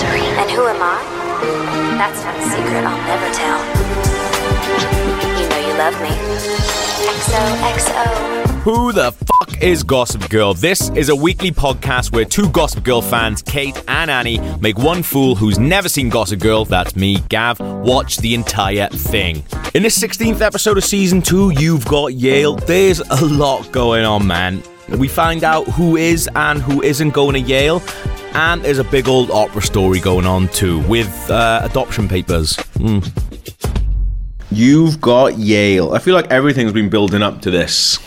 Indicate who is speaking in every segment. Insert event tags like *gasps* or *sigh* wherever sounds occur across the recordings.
Speaker 1: who am I? That's not a secret I'll never tell. You know you love me. XOXO.
Speaker 2: Who the fuck is Gossip Girl? This is a weekly podcast where two Gossip Girl fans, Kate and Annie, make one fool who's never seen Gossip Girl, that's me, Gav, watch the entire thing. In this 16th episode of season 2, you've got Yale. There's a lot going on, man. We find out who is and who isn't going to Yale, and there's a big old opera story going on too with uh, adoption papers. Hmm.
Speaker 3: You've got Yale. I feel like everything's been building up to this.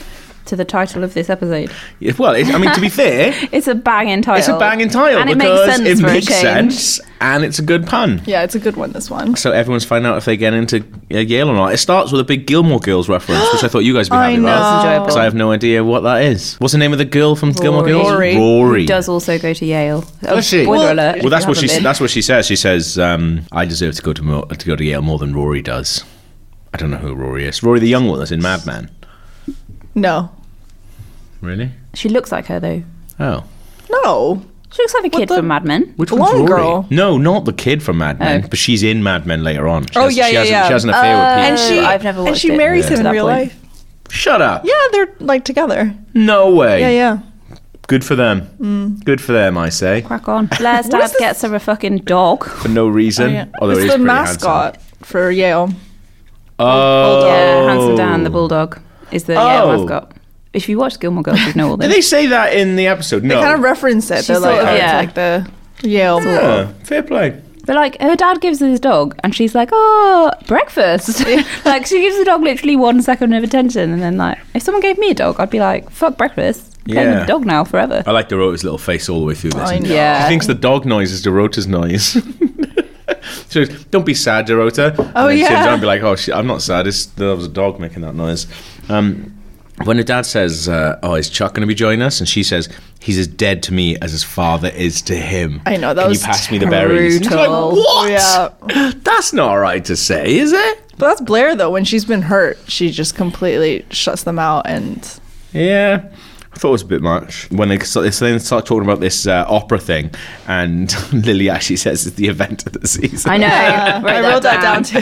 Speaker 4: to the title of this episode.
Speaker 3: Yeah, Well, it, I mean,
Speaker 4: *laughs*
Speaker 3: to be fair,
Speaker 4: It's a banging title.
Speaker 3: it's a banging title
Speaker 4: and it makes
Speaker 3: because
Speaker 4: sense
Speaker 3: it
Speaker 4: for
Speaker 3: makes
Speaker 4: a change.
Speaker 3: sense and it's a good pun.
Speaker 5: Yeah, it's a good one, this one.
Speaker 3: So everyone's finding out if they get into uh, Yale or not. It starts with a big Gilmore Girls reference, which I thought you guys
Speaker 4: *gasps*
Speaker 3: would be
Speaker 5: I
Speaker 3: happy
Speaker 5: know.
Speaker 3: about.
Speaker 5: That's
Speaker 4: enjoyable.
Speaker 3: Because I have no idea what that is. What's the name of the girl from Gilmore
Speaker 4: Rory.
Speaker 3: Girls?
Speaker 5: Rory.
Speaker 4: Who does also go to Yale. Oh,
Speaker 3: Does she?
Speaker 4: Spoiler
Speaker 3: Well-
Speaker 4: alert. if
Speaker 3: Well, that's
Speaker 4: you
Speaker 3: what she
Speaker 4: haven't been.
Speaker 3: that's what she says. She says, um, "I deserve to go to more, to go to Yale more than Rory does." I don't know who Rory is. Rory, the young one that's in Mad Men.
Speaker 5: No.
Speaker 3: Really?
Speaker 4: She looks like her though.
Speaker 3: Oh,
Speaker 5: No.
Speaker 4: She looks like a kid
Speaker 5: the-
Speaker 4: from Mad Men.
Speaker 3: which
Speaker 5: The
Speaker 3: one's
Speaker 5: one
Speaker 3: Rory?
Speaker 5: girl.
Speaker 3: No, not the kid from Mad Men,
Speaker 4: Oh.
Speaker 3: but she's in Mad Men later on. She
Speaker 5: Oh,
Speaker 3: has,
Speaker 5: yeah,
Speaker 3: she
Speaker 5: yeah,
Speaker 3: has,
Speaker 5: yeah.
Speaker 3: She has an affair
Speaker 4: Uh,
Speaker 3: with
Speaker 4: Oh,
Speaker 5: she
Speaker 4: I've never
Speaker 5: and
Speaker 4: watched
Speaker 5: she
Speaker 4: it
Speaker 5: marries
Speaker 4: to
Speaker 5: him in
Speaker 4: that
Speaker 5: real
Speaker 4: point.
Speaker 5: life.
Speaker 3: Pete. Shut up.
Speaker 5: Yeah, they're like together.
Speaker 3: No way.
Speaker 5: Yeah, Mm. yeah.
Speaker 3: Good for them. Good for them, I say.
Speaker 4: Crack on. Blair's
Speaker 5: What
Speaker 4: dad
Speaker 5: is this?
Speaker 4: gets her a fucking dog.
Speaker 3: For no reason. Although
Speaker 5: Oh, it's
Speaker 3: it is
Speaker 5: the
Speaker 3: pretty
Speaker 5: mascot for Yale.
Speaker 3: Handsome. Oh.
Speaker 4: Yeah, Handsome Dan, the bulldog, is the Yale
Speaker 3: Oh.
Speaker 4: mascot. If you watch Gilmore Girls, you'd know
Speaker 3: *laughs*
Speaker 4: all
Speaker 3: Did
Speaker 4: this.
Speaker 3: they say that in the episode? No.
Speaker 5: They kind of reference it. They're
Speaker 4: sort
Speaker 5: like,
Speaker 4: of-
Speaker 5: oh, it's
Speaker 4: yeah.
Speaker 5: like the Yale.
Speaker 3: Yeah, fair play.
Speaker 4: But like her dad gives her his dog, and she's like, "Oh,
Speaker 3: *laughs*
Speaker 4: breakfast!" *laughs* like she gives the dog literally one second of attention, and then like, if someone gave me a dog, I'd be like, "Fuck breakfast." I'm playing with
Speaker 3: Yeah. Uh,
Speaker 4: a dog now forever.
Speaker 3: I like Dorota's little face all the way through this.
Speaker 5: I know.
Speaker 4: Yeah.
Speaker 3: She thinks the
Speaker 5: Uh,
Speaker 3: dog noise is Dorota's noise. *laughs* she goes, don't be sad, Dorota.
Speaker 5: Oh,
Speaker 3: and then She
Speaker 5: yeah.
Speaker 3: turns around and be like, oh, shit, I'm not sad. It's, there was a dog making that noise. Um, when her dad says, uh, oh, is Chuck going to be joining us? And she says, he's as dead to me as his father is to him.
Speaker 5: I know, that
Speaker 3: Can
Speaker 5: was
Speaker 3: you pass me the berries? It's like,
Speaker 4: brutal.
Speaker 3: what?
Speaker 5: Yeah.
Speaker 3: *laughs* That's not all right to say, is it?
Speaker 5: But that's Blair, though. When she's been hurt, she just completely shuts them out. And
Speaker 3: Yeah. I thought it was a bit much when they start, they start talking about this uh, opera thing, and *laughs* Lily actually says it's the event of the season.
Speaker 4: *laughs* I know.
Speaker 5: *laughs* I wrote that down, too.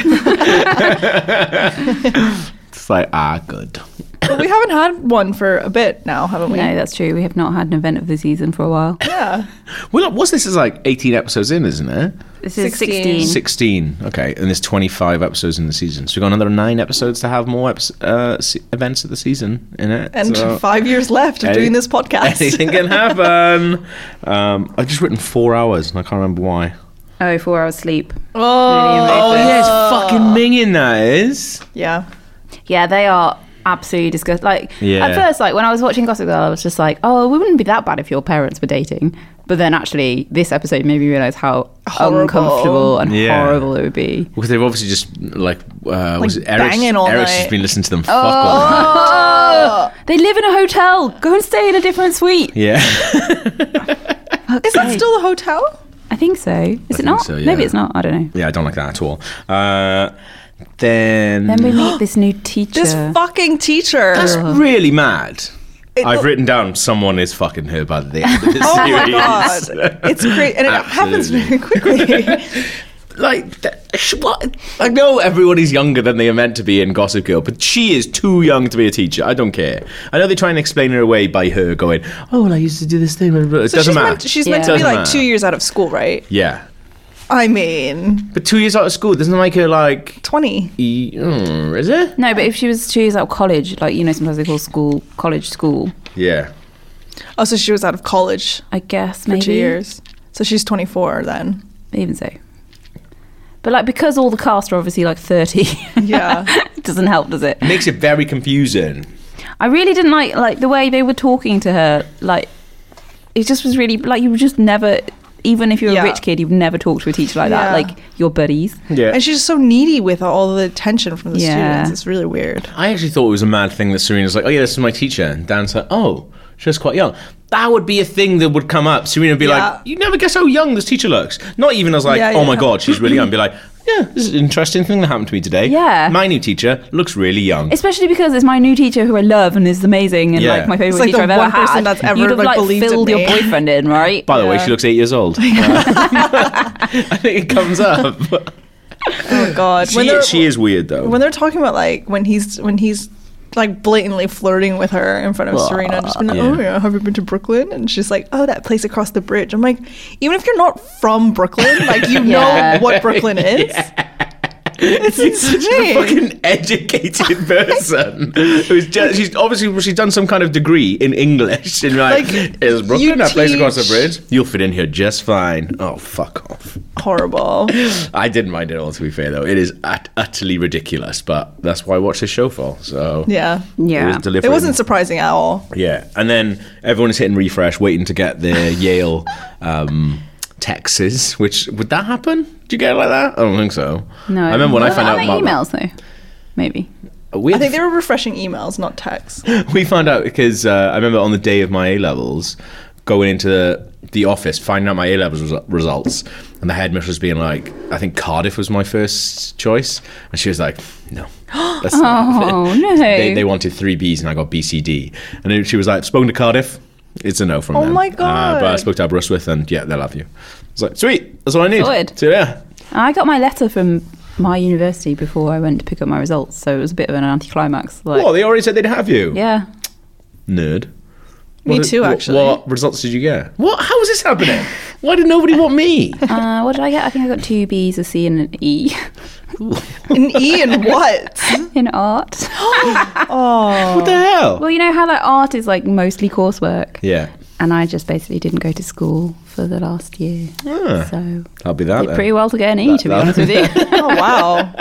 Speaker 4: *laughs*
Speaker 3: It's like ah, good.
Speaker 5: but we haven't had one for a bit now, haven't we?
Speaker 4: No, that's true. We have not had an event of the season for a while.
Speaker 5: Yeah.
Speaker 3: Well, what's this? Is like eighteen episodes in, isn't it?
Speaker 4: This is
Speaker 5: 16.
Speaker 4: 16.
Speaker 3: Sixteen. Okay, and there's twenty-five episodes in the season, so we've got another nine episodes to have more eps- uh, se- events of the season in it.
Speaker 5: And *laughs*
Speaker 3: so
Speaker 5: five years left of
Speaker 3: Any-
Speaker 5: doing this podcast.
Speaker 3: anything
Speaker 5: *laughs*
Speaker 3: can happen. um, I've just written four hours, and I can't remember why.
Speaker 4: Oh, four hours sleep.
Speaker 5: Oh,
Speaker 3: Oh yeah, it's fucking minging. That is.
Speaker 5: yeah.
Speaker 4: Yeah, they are absolutely disgusting. Like
Speaker 3: Yeah.
Speaker 4: at first, like when I was watching Gossip Girl, I was just like, "Oh, we wouldn't be that bad if your parents were dating." But then actually, this episode made me realize how
Speaker 5: Horrible.
Speaker 4: uncomfortable and
Speaker 3: Yeah.
Speaker 4: horrible it would be.
Speaker 3: Because they've obviously just like uh, was it Eric's,
Speaker 5: banging all
Speaker 3: Eric's
Speaker 5: night.
Speaker 3: just been listening to them. Fuck all night.
Speaker 4: *laughs* They live in a hotel. Go and stay in a different suite.
Speaker 3: Yeah. *laughs*
Speaker 5: Is that still a hotel?
Speaker 4: I think so. Is it
Speaker 3: think
Speaker 4: not?
Speaker 3: so, yeah.
Speaker 4: Maybe it's not. I don't know.
Speaker 3: yeah, I don't like that at all. Uh, then
Speaker 4: Then we *gasps* meet this new teacher.
Speaker 5: This fucking teacher.
Speaker 3: that's really mad.
Speaker 5: It-
Speaker 3: I've written down someone is fucking her by the end of this
Speaker 5: *laughs* oh my
Speaker 3: series.
Speaker 5: god.
Speaker 3: *laughs*
Speaker 5: It's great. And it happens very quickly.
Speaker 3: Like, th- sh- what? I know everyone is younger than they are meant to be in Gossip Girl, but she is too young to be a teacher. I don't care. I know they try and explain her away by her going, "Oh, well, I used to do this thing," but it
Speaker 5: So
Speaker 3: doesn't
Speaker 5: she's
Speaker 3: matter.
Speaker 5: meant, she's meant to
Speaker 4: Yeah.
Speaker 5: be
Speaker 3: Doesn't
Speaker 5: like
Speaker 3: matter.
Speaker 5: two years out of school, right?
Speaker 3: yeah,
Speaker 5: I mean,
Speaker 3: but two years out of school doesn't make her like.
Speaker 5: 20.
Speaker 3: e- mm, is it?
Speaker 4: no, but if she was she was out of college, like you know, sometimes they call school college school.
Speaker 3: Yeah.
Speaker 5: Oh, so she was out of college
Speaker 4: I guess
Speaker 5: for
Speaker 4: maybe
Speaker 5: two years. So she's 24 then.
Speaker 4: even so. But like because all the cast are obviously like thirty,
Speaker 5: Yeah.
Speaker 4: it *laughs* doesn't help, does it?
Speaker 3: makes it very confusing.
Speaker 4: I really didn't like like the way they were talking to her. Like it just was really like you would just never, even if you're
Speaker 5: Yeah.
Speaker 4: a rich kid, you've never talked to a teacher like
Speaker 5: Yeah.
Speaker 4: that. Like your buddies.
Speaker 3: Yeah.
Speaker 5: And she's so needy with all the attention from the
Speaker 4: Yeah.
Speaker 5: students. It's really weird.
Speaker 3: I actually thought it was a mad thing that Serena's like, oh yeah, this is my teacher. And Dan's like, oh, She was quite young. That would be a thing that would come up. Serena would be
Speaker 5: Yeah.
Speaker 3: like, you never guess how young this teacher looks. Not even as like,
Speaker 5: Yeah,
Speaker 3: oh my
Speaker 5: yeah.
Speaker 3: god, she's really
Speaker 5: *laughs*
Speaker 3: young. Be like, yeah, this is an interesting thing that happened to me today.
Speaker 4: Yeah.
Speaker 3: My new teacher looks really young.
Speaker 4: Especially because it's my new teacher who I love and is amazing and
Speaker 3: Yeah.
Speaker 4: like my favorite
Speaker 5: It's like
Speaker 4: teacher
Speaker 5: the
Speaker 4: I've ever
Speaker 5: one
Speaker 4: had.
Speaker 5: person that's ever,
Speaker 4: You'd have
Speaker 5: like,
Speaker 4: like,
Speaker 5: believed in
Speaker 4: filled your
Speaker 5: me.
Speaker 4: boyfriend in, right?
Speaker 3: By the way,
Speaker 5: Yeah.
Speaker 3: she looks eight years
Speaker 5: *laughs*
Speaker 3: old. *laughs* I think it comes up.
Speaker 5: Oh God.
Speaker 3: She,
Speaker 5: they're-
Speaker 3: she is weird though.
Speaker 5: when they're talking about like when he's when he's like blatantly flirting with her in front of Serena, and just been like,
Speaker 3: Yeah.
Speaker 5: "Oh yeah, have you been to Brooklyn?" And she's like, "Oh, that place across the bridge." I'm like, even if you're not
Speaker 4: *laughs*
Speaker 5: from Brooklyn, like you
Speaker 4: Yeah.
Speaker 5: know what Brooklyn is. It's
Speaker 3: She's a
Speaker 5: insane.
Speaker 3: fucking
Speaker 5: *laughs*
Speaker 3: educated person. who's just, she's obviously she's done some kind of degree in English. And you're like,
Speaker 5: Like,
Speaker 3: is Brooklyn
Speaker 5: you
Speaker 3: a place across the
Speaker 5: teach-
Speaker 3: bridge? You'll fit in here just fine. Oh, fuck off.
Speaker 5: Horrible.
Speaker 3: I didn't mind it all, to be fair, though. It is ut- utterly ridiculous, but that's why I watch this show for. So
Speaker 5: Yeah.
Speaker 3: It,
Speaker 4: yeah.
Speaker 3: was delivering.
Speaker 5: It wasn't surprising at all.
Speaker 3: Yeah, and then everyone is hitting refresh, waiting to get
Speaker 5: *laughs*
Speaker 3: their Yale um, texts. Which would that happen? Do you get it like that? I don't think so.
Speaker 4: No,
Speaker 3: I remember when I
Speaker 4: Well,
Speaker 3: found
Speaker 4: are
Speaker 3: out
Speaker 4: they
Speaker 3: about
Speaker 4: emails though.
Speaker 3: *laughs*
Speaker 4: Maybe.
Speaker 3: We,
Speaker 5: I think they were refreshing emails, not texts.
Speaker 3: we found out because uh, I remember on the day of my A levels, going into the, the office, finding out my A levels resu- results, and the headmistress being like, "I think Cardiff was my first choice," and she was like,
Speaker 5: *gasps*
Speaker 3: "No." That's
Speaker 4: Oh, no.
Speaker 3: They, they wanted three Bs and I got BCD. And then she was like, spoken to Cardiff. It's a no from
Speaker 5: Oh
Speaker 3: them.
Speaker 5: my
Speaker 3: Uh, but I
Speaker 5: God.
Speaker 3: spoke to Aberystwyth and yeah, they'll have you. It's like, sweet, that's all I need.
Speaker 4: Sorted.
Speaker 3: So yeah.
Speaker 4: I got my letter from my university before I went to pick up my results, so it was a bit of an anticlimax. Like,
Speaker 3: Well, they already said they'd have you.
Speaker 4: yeah,
Speaker 3: Nerd.
Speaker 5: Me
Speaker 3: What-
Speaker 5: too,
Speaker 3: what-
Speaker 5: actually.
Speaker 3: What, results did you get? What? How is this *laughs* happening? Why did nobody want me?
Speaker 4: uh, what did I get? I think I got two B's, a C, and an E
Speaker 5: *laughs*
Speaker 4: *laughs*
Speaker 5: An E and what?
Speaker 4: in
Speaker 3: *gasps*
Speaker 4: art.
Speaker 3: What the hell?
Speaker 4: Well, you know how like art is like mostly coursework,
Speaker 3: Yeah.
Speaker 4: and I just basically didn't go to school for the last year,
Speaker 3: Ah,
Speaker 4: so
Speaker 3: I'll be that.
Speaker 4: did
Speaker 3: Then.
Speaker 4: pretty well to get an E, to be
Speaker 3: that-
Speaker 4: honest
Speaker 3: *laughs*
Speaker 4: with you.
Speaker 5: Oh wow.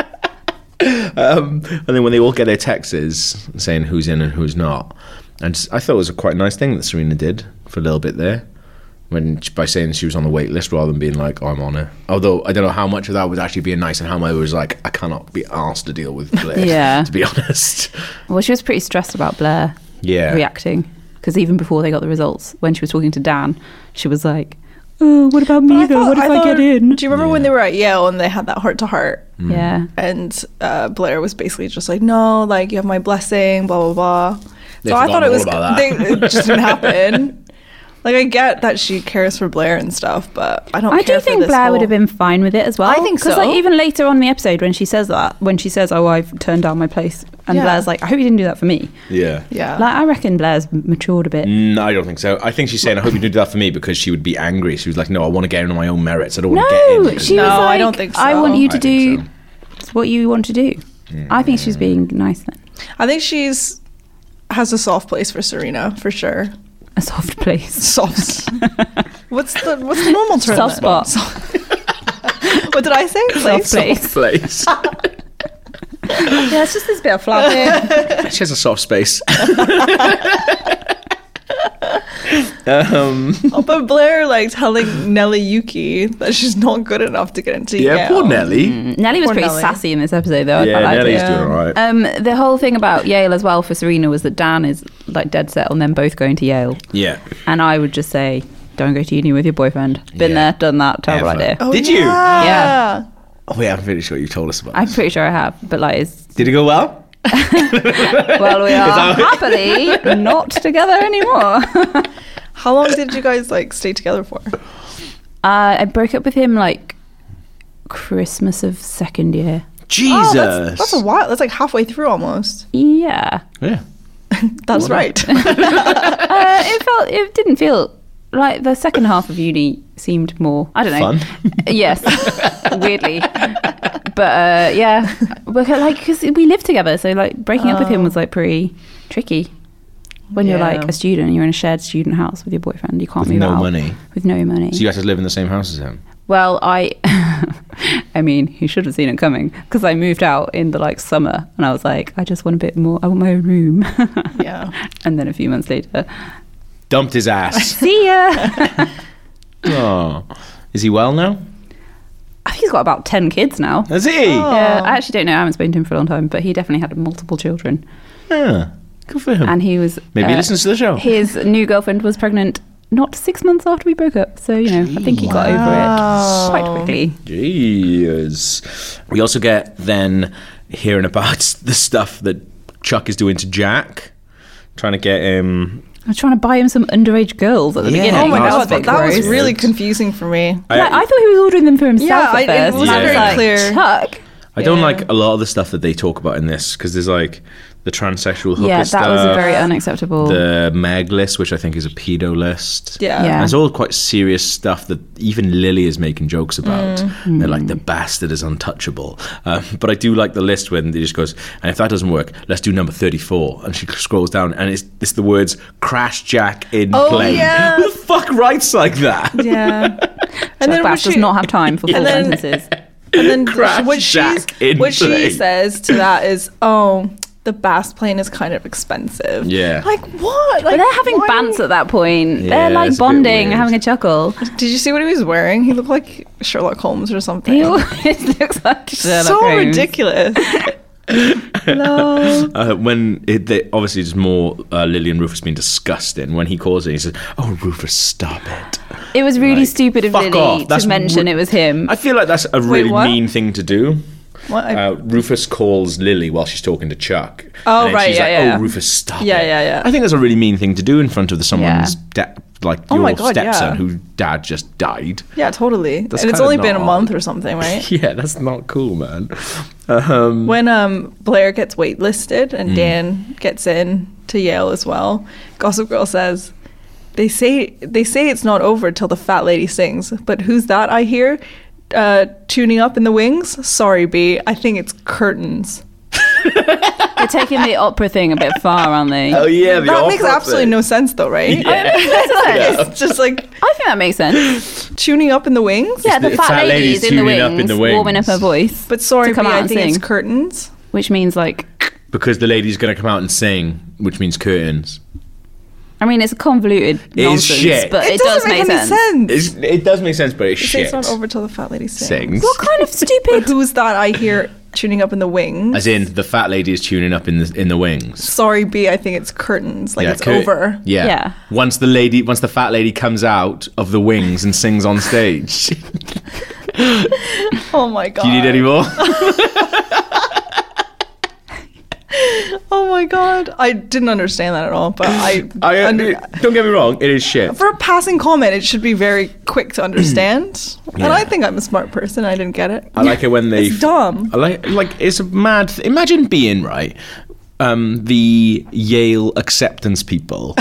Speaker 3: um, and then when they all get their texts saying who's in and who's not, and s- I thought it was a quite nice thing that Serena did for a little bit there, when sh- by saying she was on the wait list rather than being like oh, I'm on it. Although I don't know how much of that was actually being nice and how much was like I cannot be asked to deal with Blair.
Speaker 4: Yeah.
Speaker 3: *laughs* to be honest.
Speaker 4: well, she was pretty stressed about Blair
Speaker 3: Yeah.
Speaker 4: reacting because even before they got the results, when she was talking to Dan, she was like, "Oh, what about me though?
Speaker 5: thought-
Speaker 4: what if I,
Speaker 5: thought-
Speaker 4: get in?"
Speaker 5: Do you remember when they were at Yale and they had that heart to heart?
Speaker 3: Mm.
Speaker 4: Yeah.
Speaker 5: and uh, Blair was basically just like, "No, like you have my blessing, blah blah blah."
Speaker 3: They
Speaker 5: so I
Speaker 3: forgot
Speaker 5: thought it
Speaker 3: all
Speaker 5: was
Speaker 3: about that.
Speaker 5: they, it
Speaker 3: *laughs*
Speaker 5: just didn't happen. Like I get that she cares for Blair and stuff, but I don't.
Speaker 4: I
Speaker 5: care
Speaker 4: do
Speaker 5: for
Speaker 4: think
Speaker 5: this
Speaker 4: Blair
Speaker 5: whole-
Speaker 4: would have been fine with it as well.
Speaker 5: I think
Speaker 4: 'Cause,
Speaker 5: so.
Speaker 4: Like, even later on in the episode, when she says that, when she says, "Oh, I've turned down my place," and
Speaker 5: Yeah.
Speaker 4: Blair's like, "I hope you didn't do that for me."
Speaker 3: Yeah.
Speaker 5: Yeah,
Speaker 4: Like, I reckon Blair's m- matured a bit.
Speaker 3: No, Mm, I don't think so. I think she's saying, "I hope you didn't do that for me," because she would be angry. She was like, "No, I want to get in on my own merits. I don't want to get
Speaker 4: No,
Speaker 3: in."
Speaker 4: she
Speaker 5: No,
Speaker 4: was like,
Speaker 5: I don't think
Speaker 4: I
Speaker 5: so.
Speaker 4: want you
Speaker 3: I
Speaker 4: to
Speaker 3: *laughs*
Speaker 4: do
Speaker 3: think Mm.
Speaker 4: what you want to do." I think she's being nice then.
Speaker 5: I think she's has a soft place for Serena for sure.
Speaker 4: A soft place. *laughs*
Speaker 5: Soft. what's the what's the normal term?
Speaker 4: Soft
Speaker 5: then?
Speaker 4: spot. Soft
Speaker 5: What did I say? Place? *laughs*
Speaker 4: place.
Speaker 3: Place.
Speaker 4: Yeah, it's just this bit of *laughs* flab.
Speaker 3: *laughs* She has a soft space. um,
Speaker 5: Oh, but Blair like telling Nelly Yuki that she's not good enough to get into
Speaker 3: yeah, oh, mm,
Speaker 5: Yale.
Speaker 3: poor Nelly.
Speaker 4: Nelly was
Speaker 5: Poor
Speaker 4: pretty
Speaker 5: Nelly.
Speaker 4: sassy in this episode, though. I
Speaker 3: Yeah,
Speaker 4: quite liked
Speaker 3: Nelly's
Speaker 4: it.
Speaker 3: doing all right.
Speaker 4: Um, the whole thing about Yale as well for Serena was that Dan is like dead set on them both going to Yale.
Speaker 3: yeah.
Speaker 4: And I would just say, don't go to uni with your boyfriend. Been
Speaker 3: Yeah.
Speaker 4: there, done that. Terrible
Speaker 3: Ever.
Speaker 4: idea.
Speaker 5: Oh,
Speaker 3: Did you?
Speaker 5: Yeah.
Speaker 4: Yeah.
Speaker 3: Oh, yeah, I'm pretty sure you told us about
Speaker 4: I'm
Speaker 3: this.
Speaker 4: pretty sure I have, but like, it's,
Speaker 3: Did it go well?
Speaker 4: well,
Speaker 3: *laughs*
Speaker 4: we are happily not together anymore. *laughs* uh,
Speaker 5: How long did you guys like stay together for?
Speaker 4: Uh, I broke up with him like Christmas of second year.
Speaker 3: Jesus.
Speaker 5: Oh, that's, that's a while. That's like halfway through almost.
Speaker 4: Yeah,
Speaker 3: yeah.
Speaker 5: That's right.
Speaker 3: *laughs*
Speaker 5: *laughs*
Speaker 4: uh, it felt it didn't feel like the second half of uni seemed more. I don't know.
Speaker 3: Fun. *laughs*
Speaker 4: yes, weirdly, but uh, yeah, because like 'cause we lived together, so like breaking up with him was like pretty tricky. When you're
Speaker 5: Yeah.
Speaker 4: like a student, you're in a shared student house with your boyfriend. You can't
Speaker 3: With
Speaker 4: move
Speaker 3: no
Speaker 4: out.
Speaker 3: money.
Speaker 4: With no money.
Speaker 3: So you had to live in the same house as him.
Speaker 4: well, I, *laughs* I mean, he should have seen it coming because I moved out in the like summer, and I was like, I just want a bit more. I want my own room.
Speaker 5: Yeah.
Speaker 4: *laughs* And then a few months later,
Speaker 3: Dumped his
Speaker 4: *laughs*
Speaker 3: ass.
Speaker 4: see ya.
Speaker 3: oh. Is he well now?
Speaker 4: I think he's got about 10 kids now.
Speaker 3: Is he?
Speaker 5: Oh.
Speaker 4: Yeah, I actually don't know. I haven't spoken to him for a long time, but he definitely had multiple children.
Speaker 3: Yeah. Good for him.
Speaker 4: and he was
Speaker 3: Maybe he
Speaker 4: uh,
Speaker 3: listens to the show.
Speaker 4: His new girlfriend was pregnant not six months after we broke up, so you know I think he got over it quite quickly.
Speaker 3: Jeez. We also get then hearing about *laughs* the stuff that Chuck is doing to Jack, trying to get him.
Speaker 4: I was trying to buy him some underage girls at the
Speaker 3: Yeah.
Speaker 4: beginning.
Speaker 5: Oh my
Speaker 3: That was
Speaker 5: god, that,
Speaker 3: fucking
Speaker 5: that was
Speaker 3: gross.
Speaker 5: really confusing for me.
Speaker 3: I,
Speaker 4: Like, I thought he was ordering them for himself
Speaker 5: Yeah, I-
Speaker 4: at
Speaker 5: it
Speaker 4: first. and
Speaker 5: wasn't
Speaker 4: I
Speaker 3: very
Speaker 4: like,
Speaker 5: clear.
Speaker 4: Chuck.
Speaker 3: I don't like a lot of the stuff that they talk about in this because there's like the transsexual hooker
Speaker 4: Yeah, that
Speaker 3: stuff,
Speaker 4: was a very unacceptable.
Speaker 3: the Meg list, which I think is a pedo list.
Speaker 5: Yeah.
Speaker 4: Yeah.
Speaker 3: And it's all quite serious stuff that even Lily is making jokes about.
Speaker 5: Mm.
Speaker 3: They're like, the bastard is untouchable. Um, but I do like the list when they just goes, and if that doesn't work, let's do number 34. And she scrolls down and it's, it's the words, crash jack in
Speaker 5: Oh,
Speaker 3: play.
Speaker 5: yeah.
Speaker 3: Who the fuck writes like that?
Speaker 5: *laughs* Yeah.
Speaker 4: Chuck
Speaker 5: and then when
Speaker 4: Bass does
Speaker 5: she-
Speaker 4: not have time
Speaker 3: *laughs*
Speaker 4: for full
Speaker 5: then-
Speaker 4: sentences.
Speaker 5: And then
Speaker 3: Crash
Speaker 5: what, she's,
Speaker 3: Jack in
Speaker 5: what she
Speaker 3: play.
Speaker 5: says
Speaker 3: *laughs*
Speaker 5: to that is, oh, the bass plane is kind of expensive.
Speaker 3: Yeah.
Speaker 5: Like, what? Like,
Speaker 4: But they're having
Speaker 5: why-
Speaker 4: bants at that point.
Speaker 3: Yeah,
Speaker 4: they're like
Speaker 3: it's a bit
Speaker 4: bonding,
Speaker 3: weird.
Speaker 4: having a chuckle.
Speaker 5: Did you see what he was wearing? He looked like Sherlock Holmes
Speaker 4: *laughs*
Speaker 5: or something.
Speaker 4: He always looks like Sherlock
Speaker 5: so
Speaker 3: *laughs*
Speaker 4: Holmes.
Speaker 5: ridiculous. Hello.
Speaker 3: Uh, when it, they, obviously it's more uh, Lily and Rufus being disgusting. When he calls it, he says, "Oh, Rufus, stop it."
Speaker 4: It was really
Speaker 3: Like,
Speaker 4: stupid of
Speaker 3: fuck
Speaker 4: Lily
Speaker 3: off, that's
Speaker 4: to mention
Speaker 3: ru-
Speaker 4: it
Speaker 3: *laughs*
Speaker 4: was him.
Speaker 3: I feel like that's a really
Speaker 5: what?
Speaker 3: mean thing to do.
Speaker 5: What? I-
Speaker 3: Uh, Rufus calls Lily while she's talking to Chuck.
Speaker 5: Oh,
Speaker 3: And then
Speaker 5: right,
Speaker 3: she's
Speaker 5: yeah,
Speaker 3: like,
Speaker 5: yeah.
Speaker 3: Oh, Rufus, stop
Speaker 5: Yeah,
Speaker 3: it."
Speaker 5: yeah, yeah.
Speaker 3: I think that's a really mean thing to do in front of the, someone's da- like
Speaker 5: Oh
Speaker 3: your
Speaker 5: my God,
Speaker 3: stepson
Speaker 5: yeah.
Speaker 3: whose dad just died.
Speaker 5: yeah, totally.
Speaker 3: That's
Speaker 5: and it's
Speaker 3: kinda
Speaker 5: only been a
Speaker 3: not-
Speaker 5: month or something, right?
Speaker 3: *laughs* Yeah, that's not cool, man.
Speaker 5: when um, Blair gets waitlisted
Speaker 3: Mm.
Speaker 5: and Dan gets in to Yale as well, Gossip Girl says, "They say they say it's not over till the fat lady sings, but who's that I hear uh, tuning up in the wings? Sorry, B, I think it's curtains.
Speaker 4: They're taking the opera thing a bit far, aren't they?
Speaker 3: Oh yeah, the
Speaker 5: that makes
Speaker 3: opera
Speaker 5: absolutely
Speaker 3: thing.
Speaker 5: no sense, though, right?
Speaker 4: *laughs*
Speaker 3: Yeah.
Speaker 5: *laughs* It's just like
Speaker 4: I think that makes sense.
Speaker 5: tuning up in the wings.
Speaker 4: Yeah, the,
Speaker 3: the
Speaker 4: fat,
Speaker 3: fat
Speaker 4: lady's,
Speaker 3: lady's
Speaker 4: in, the
Speaker 3: tuning up
Speaker 4: wings,
Speaker 3: in the wings.
Speaker 4: warming up her voice,
Speaker 5: But sorry,
Speaker 4: to come
Speaker 5: B,
Speaker 4: out
Speaker 5: I
Speaker 4: and
Speaker 5: think
Speaker 4: sing,
Speaker 5: it's curtains.
Speaker 4: which means like,
Speaker 3: because the lady's gonna come out and sing, which means curtains.
Speaker 4: I mean, it's convoluted nonsense,
Speaker 3: shit.
Speaker 4: but it, does
Speaker 5: doesn't
Speaker 4: make,
Speaker 5: any
Speaker 4: sense.
Speaker 3: It's, it does make sense, but it's
Speaker 5: It
Speaker 3: shit.
Speaker 5: says it's not over till the fat lady sings.
Speaker 3: Sings.
Speaker 4: What kind of
Speaker 5: But
Speaker 4: stupid?
Speaker 5: *laughs* who's that I hear tuning up in the wings?
Speaker 3: As in, the fat lady is tuning up in the in the wings.
Speaker 5: sorry b i think it's curtains like
Speaker 3: Yeah,
Speaker 5: it's
Speaker 3: cur-
Speaker 5: over
Speaker 3: *laughs* Yeah.
Speaker 4: Yeah.
Speaker 3: Once the lady, once the fat lady comes out of the wings and sings on stage. *laughs* Do
Speaker 5: oh my god
Speaker 3: you need any
Speaker 5: *laughs*
Speaker 3: more?
Speaker 5: oh my god i didn't understand that at all but i,
Speaker 3: I, uh,
Speaker 5: under-
Speaker 3: don't get me wrong, it is shit.
Speaker 5: for a passing comment it should be very quick to
Speaker 3: *clears throat*
Speaker 5: understand
Speaker 3: Yeah.
Speaker 5: and i think i'm a smart person i didn't get it
Speaker 3: I like it when they.
Speaker 5: It's dumb.
Speaker 3: I like like it's a mad. Th- Imagine being right, um, the Yale acceptance
Speaker 5: *laughs*
Speaker 3: people.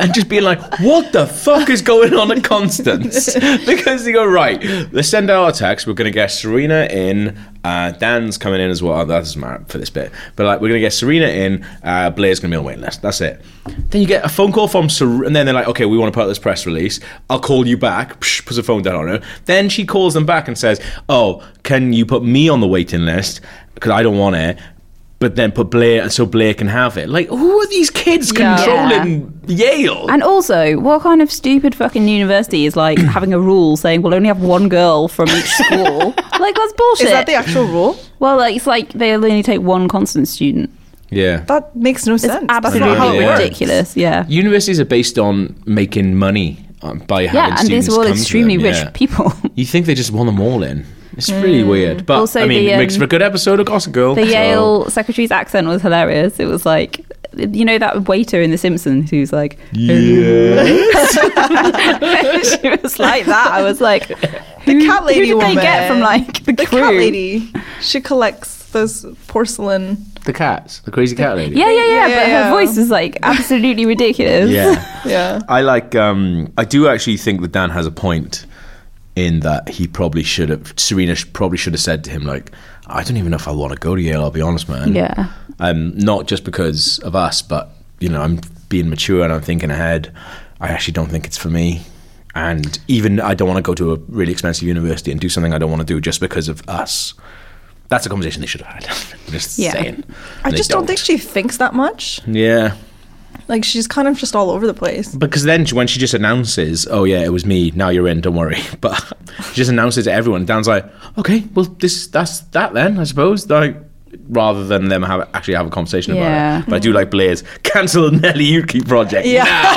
Speaker 3: And just being like, what the fuck is going on at Constance? because they go, right, let's send out our text. We're going to get Serena in. Uh, Dan's coming in as well. That doesn't matter for this bit. But like, we're going to get Serena in. Uh, Blair's going to be on the waiting list. That's it. Then you get a phone call from Serena. And then they're like, okay, we want to put out this press release. I'll call you back. Psh, puts a phone down on her. Then she calls them back and says, oh, can you put me on the waiting list? Because I don't want it. But then put Blair, so Blair can have it. Like, who are these kids
Speaker 5: Yeah.
Speaker 3: controlling Yale?
Speaker 4: And also, what kind of stupid fucking university is like having a rule saying we'll only have one girl from each school? like that's bullshit.
Speaker 5: is that the actual rule
Speaker 4: well, like, it's like they only take one constant student.
Speaker 3: yeah.
Speaker 5: that makes no
Speaker 4: It's
Speaker 5: sense That's not how it
Speaker 4: absolutely
Speaker 5: works.
Speaker 4: ridiculous. Yeah.
Speaker 3: Universities are based on making money um, by having
Speaker 4: Yeah, and
Speaker 3: students
Speaker 4: these are all
Speaker 3: come to
Speaker 4: extremely
Speaker 3: them,
Speaker 4: rich
Speaker 3: yeah. *laughs*
Speaker 4: people.
Speaker 3: You think they just want them all in? It's really weird, but
Speaker 4: Also,
Speaker 3: I mean,
Speaker 4: the,
Speaker 3: it makes
Speaker 4: um,
Speaker 3: for a good episode of Gossip Girl.
Speaker 4: The
Speaker 3: so-
Speaker 4: Yale secretary's accent was hilarious. It was like, you know, that waiter in The Simpsons who's like, *laughs* she was like that. I
Speaker 3: *laughs*
Speaker 4: was like, who,
Speaker 5: cat lady
Speaker 4: who did they get
Speaker 5: woman.
Speaker 4: from like the,
Speaker 5: the
Speaker 4: crew?
Speaker 5: cat lady she collects those porcelain
Speaker 3: the cats, the crazy cat lady.
Speaker 4: Yeah, yeah, yeah.
Speaker 5: Yeah, yeah,
Speaker 4: but
Speaker 5: yeah.
Speaker 4: her voice was like absolutely ridiculous.
Speaker 3: yeah.
Speaker 5: yeah
Speaker 3: I like. Um, I do actually think that Dan has a point in that he probably should have. Serena sh- probably should have said to him like, "I don't even know if I want to go to Yale. I'll be honest, man.
Speaker 4: *laughs* Yeah.
Speaker 3: Um, not just because of us, but you know, I'm being mature and I'm thinking ahead. I actually don't think it's for me. And even I don't want to go to a really expensive university and do something I don't want to do just because of us. That's a conversation they should have had. *laughs* I'm just
Speaker 4: Yeah.
Speaker 3: saying.
Speaker 5: i
Speaker 3: And they
Speaker 5: just don't think she thinks that much
Speaker 3: Yeah.
Speaker 5: like she's kind of just all over the place
Speaker 3: Because then she- when she just announces, "Oh yeah, it was me. Now you're in. Don't worry." *laughs* But she just announces to everyone. Dan's like, "Okay, well, this that's that then, I suppose." Like, rather than them have actually have a conversation
Speaker 4: Yeah.
Speaker 3: about it. But I do like Blair's cancel Nelly Yuki project
Speaker 5: Yeah. *laughs*
Speaker 3: now.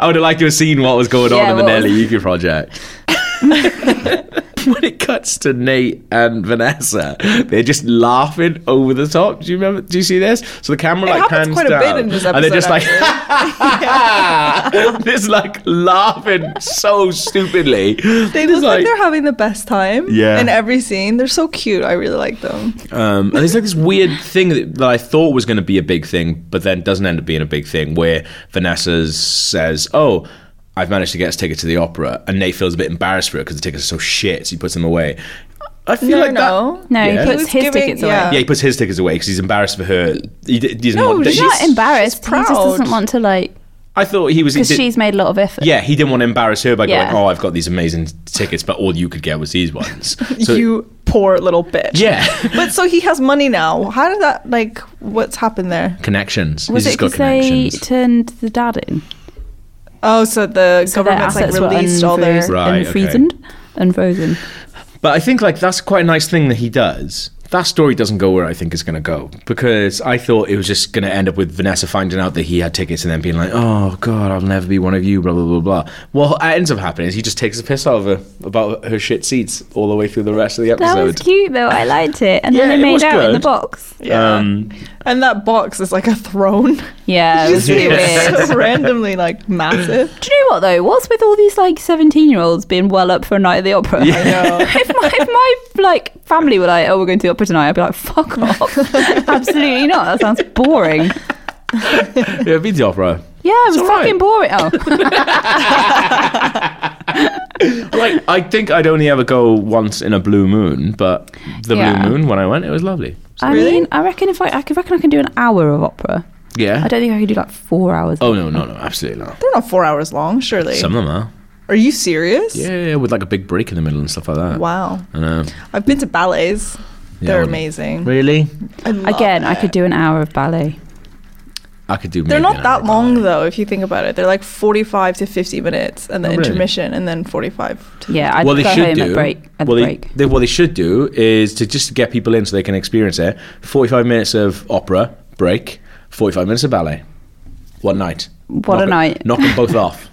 Speaker 3: I would have liked to have seen what was going on
Speaker 4: Yeah,
Speaker 3: in the
Speaker 4: what
Speaker 3: Nelly Yuki project. *laughs* when it cuts to Nate and Vanessa, they're just laughing over the top. Do you remember? Do you see this? So the camera
Speaker 5: It
Speaker 3: like
Speaker 5: happens
Speaker 3: pans
Speaker 5: quite a
Speaker 3: down,
Speaker 5: bit in this
Speaker 3: and they're
Speaker 5: episode,
Speaker 3: just like, *laughs* just like laughing so stupidly.
Speaker 5: They
Speaker 3: Just
Speaker 5: look like, they're having the best time.
Speaker 3: Yeah.
Speaker 5: In every scene, they're so cute. I really like them.
Speaker 3: Um, and there's like this weird thing that, that I thought was going to be a big thing, but then doesn't end up being a big thing, where Vanessa says, "Oh, I've managed to get us tickets to the opera," and Nate feels a bit embarrassed for it because the tickets are so shit, so he puts them away. I feel
Speaker 5: No,
Speaker 3: like
Speaker 5: no.
Speaker 3: that.
Speaker 4: No,
Speaker 3: yeah.
Speaker 4: he puts
Speaker 5: was
Speaker 4: his
Speaker 5: giving-
Speaker 4: tickets away.
Speaker 5: yeah.
Speaker 3: Yeah, he puts his tickets away because he's embarrassed for her. He, d- he doesn't
Speaker 5: No,
Speaker 3: want.
Speaker 5: he's
Speaker 4: He's
Speaker 3: he-
Speaker 5: not
Speaker 4: not embarrassed.
Speaker 5: she's
Speaker 4: He just doesn't
Speaker 5: proud.
Speaker 4: want to like
Speaker 3: I thought he was. he
Speaker 4: because
Speaker 3: did-
Speaker 4: she's made a lot of effort.
Speaker 3: yeah, he didn't want to embarrass her by
Speaker 4: Yeah.
Speaker 3: going, "Oh, I've got these amazing tickets, but all you could get was these
Speaker 5: *laughs*
Speaker 3: ones." So-
Speaker 5: you poor little bitch.
Speaker 3: Yeah.
Speaker 5: but so he has money now. How did that like? What's happened there?
Speaker 3: *laughs* connections.
Speaker 4: Was
Speaker 3: he's just
Speaker 4: it
Speaker 3: got
Speaker 4: because they
Speaker 3: connections.
Speaker 4: turned the dad in?
Speaker 5: Oh, so the
Speaker 4: So their
Speaker 5: government's like
Speaker 4: assets were
Speaker 5: released all their.
Speaker 4: unfrozen-
Speaker 3: Right, okay.
Speaker 4: unfrozen, unfrozen.
Speaker 3: But I think like that's quite a nice thing that he does. That story doesn't go where I think it's going to go because I thought it was just going to end up with Vanessa finding out that he had tickets and then being like, "Oh God, I'll never be one of you." Blah blah blah blah. Well, what ends up happening is he just takes a piss out of her about her shit seats all the way through the rest of the
Speaker 4: That
Speaker 3: episode.
Speaker 4: was cute though. I liked it. And
Speaker 3: Yeah,
Speaker 4: then
Speaker 3: it
Speaker 4: they
Speaker 3: was
Speaker 4: made out in the
Speaker 3: good.
Speaker 4: box.
Speaker 5: Yeah.
Speaker 3: Um,
Speaker 5: and that box is like
Speaker 3: *laughs*
Speaker 5: a throne.
Speaker 4: Yeah,
Speaker 5: *laughs*
Speaker 4: it was really weird. *laughs*
Speaker 5: It's so randomly like massive.
Speaker 4: Do you know what though? What's with all these like seventeen-year-olds being well up for a night at the opera? *laughs* if, my, if my like family were like, "Oh, we're going to the opera tonight," I'd be like,
Speaker 5: *laughs*
Speaker 4: "Fuck off! Absolutely not. That sounds boring."
Speaker 3: Yeah, I've been to the opera.
Speaker 4: Yeah, it was
Speaker 3: all
Speaker 4: fucking
Speaker 3: right.
Speaker 4: boring. Oh,
Speaker 3: Like I think I'd only ever go once in a blue moon, but the
Speaker 4: Yeah.
Speaker 3: blue moon when I went, it was lovely.
Speaker 4: I
Speaker 5: Really?
Speaker 4: mean, I reckon if I, I could reckon I can do an hour of opera.
Speaker 3: Yeah.
Speaker 4: I don't think I could do like four hours.
Speaker 3: oh no, no, no, absolutely not.
Speaker 5: They're not four hours long, surely.
Speaker 3: Some of them are.
Speaker 5: Are you serious?
Speaker 3: Yeah, yeah, yeah, with like a big break in the middle and stuff like that.
Speaker 5: Wow.
Speaker 3: I know.
Speaker 5: I've been to ballets.
Speaker 3: I
Speaker 5: They're
Speaker 3: wouldn't.
Speaker 5: amazing.
Speaker 3: Really?
Speaker 5: I love
Speaker 4: Again, I
Speaker 5: it.
Speaker 4: could do an hour of ballet.
Speaker 3: I could do.
Speaker 5: They're
Speaker 3: maybe
Speaker 5: not
Speaker 3: an
Speaker 5: that
Speaker 3: hour.
Speaker 5: long though, if you think about it. They're like forty-five to fifty minutes, and then
Speaker 3: Oh, really?
Speaker 5: intermission, and then forty-five. To *laughs*
Speaker 4: Yeah, I'd
Speaker 3: what
Speaker 4: go
Speaker 3: they should
Speaker 4: home
Speaker 3: do.
Speaker 4: at break. At
Speaker 3: well,
Speaker 4: the
Speaker 3: they- *laughs*
Speaker 4: break.
Speaker 3: They, what they should do is to just get people in so they can experience it. Forty-five minutes of opera break. Forty-five minutes of ballet. One night.
Speaker 4: What
Speaker 3: knock
Speaker 4: a night.
Speaker 3: Knock them both
Speaker 4: *laughs*
Speaker 3: off.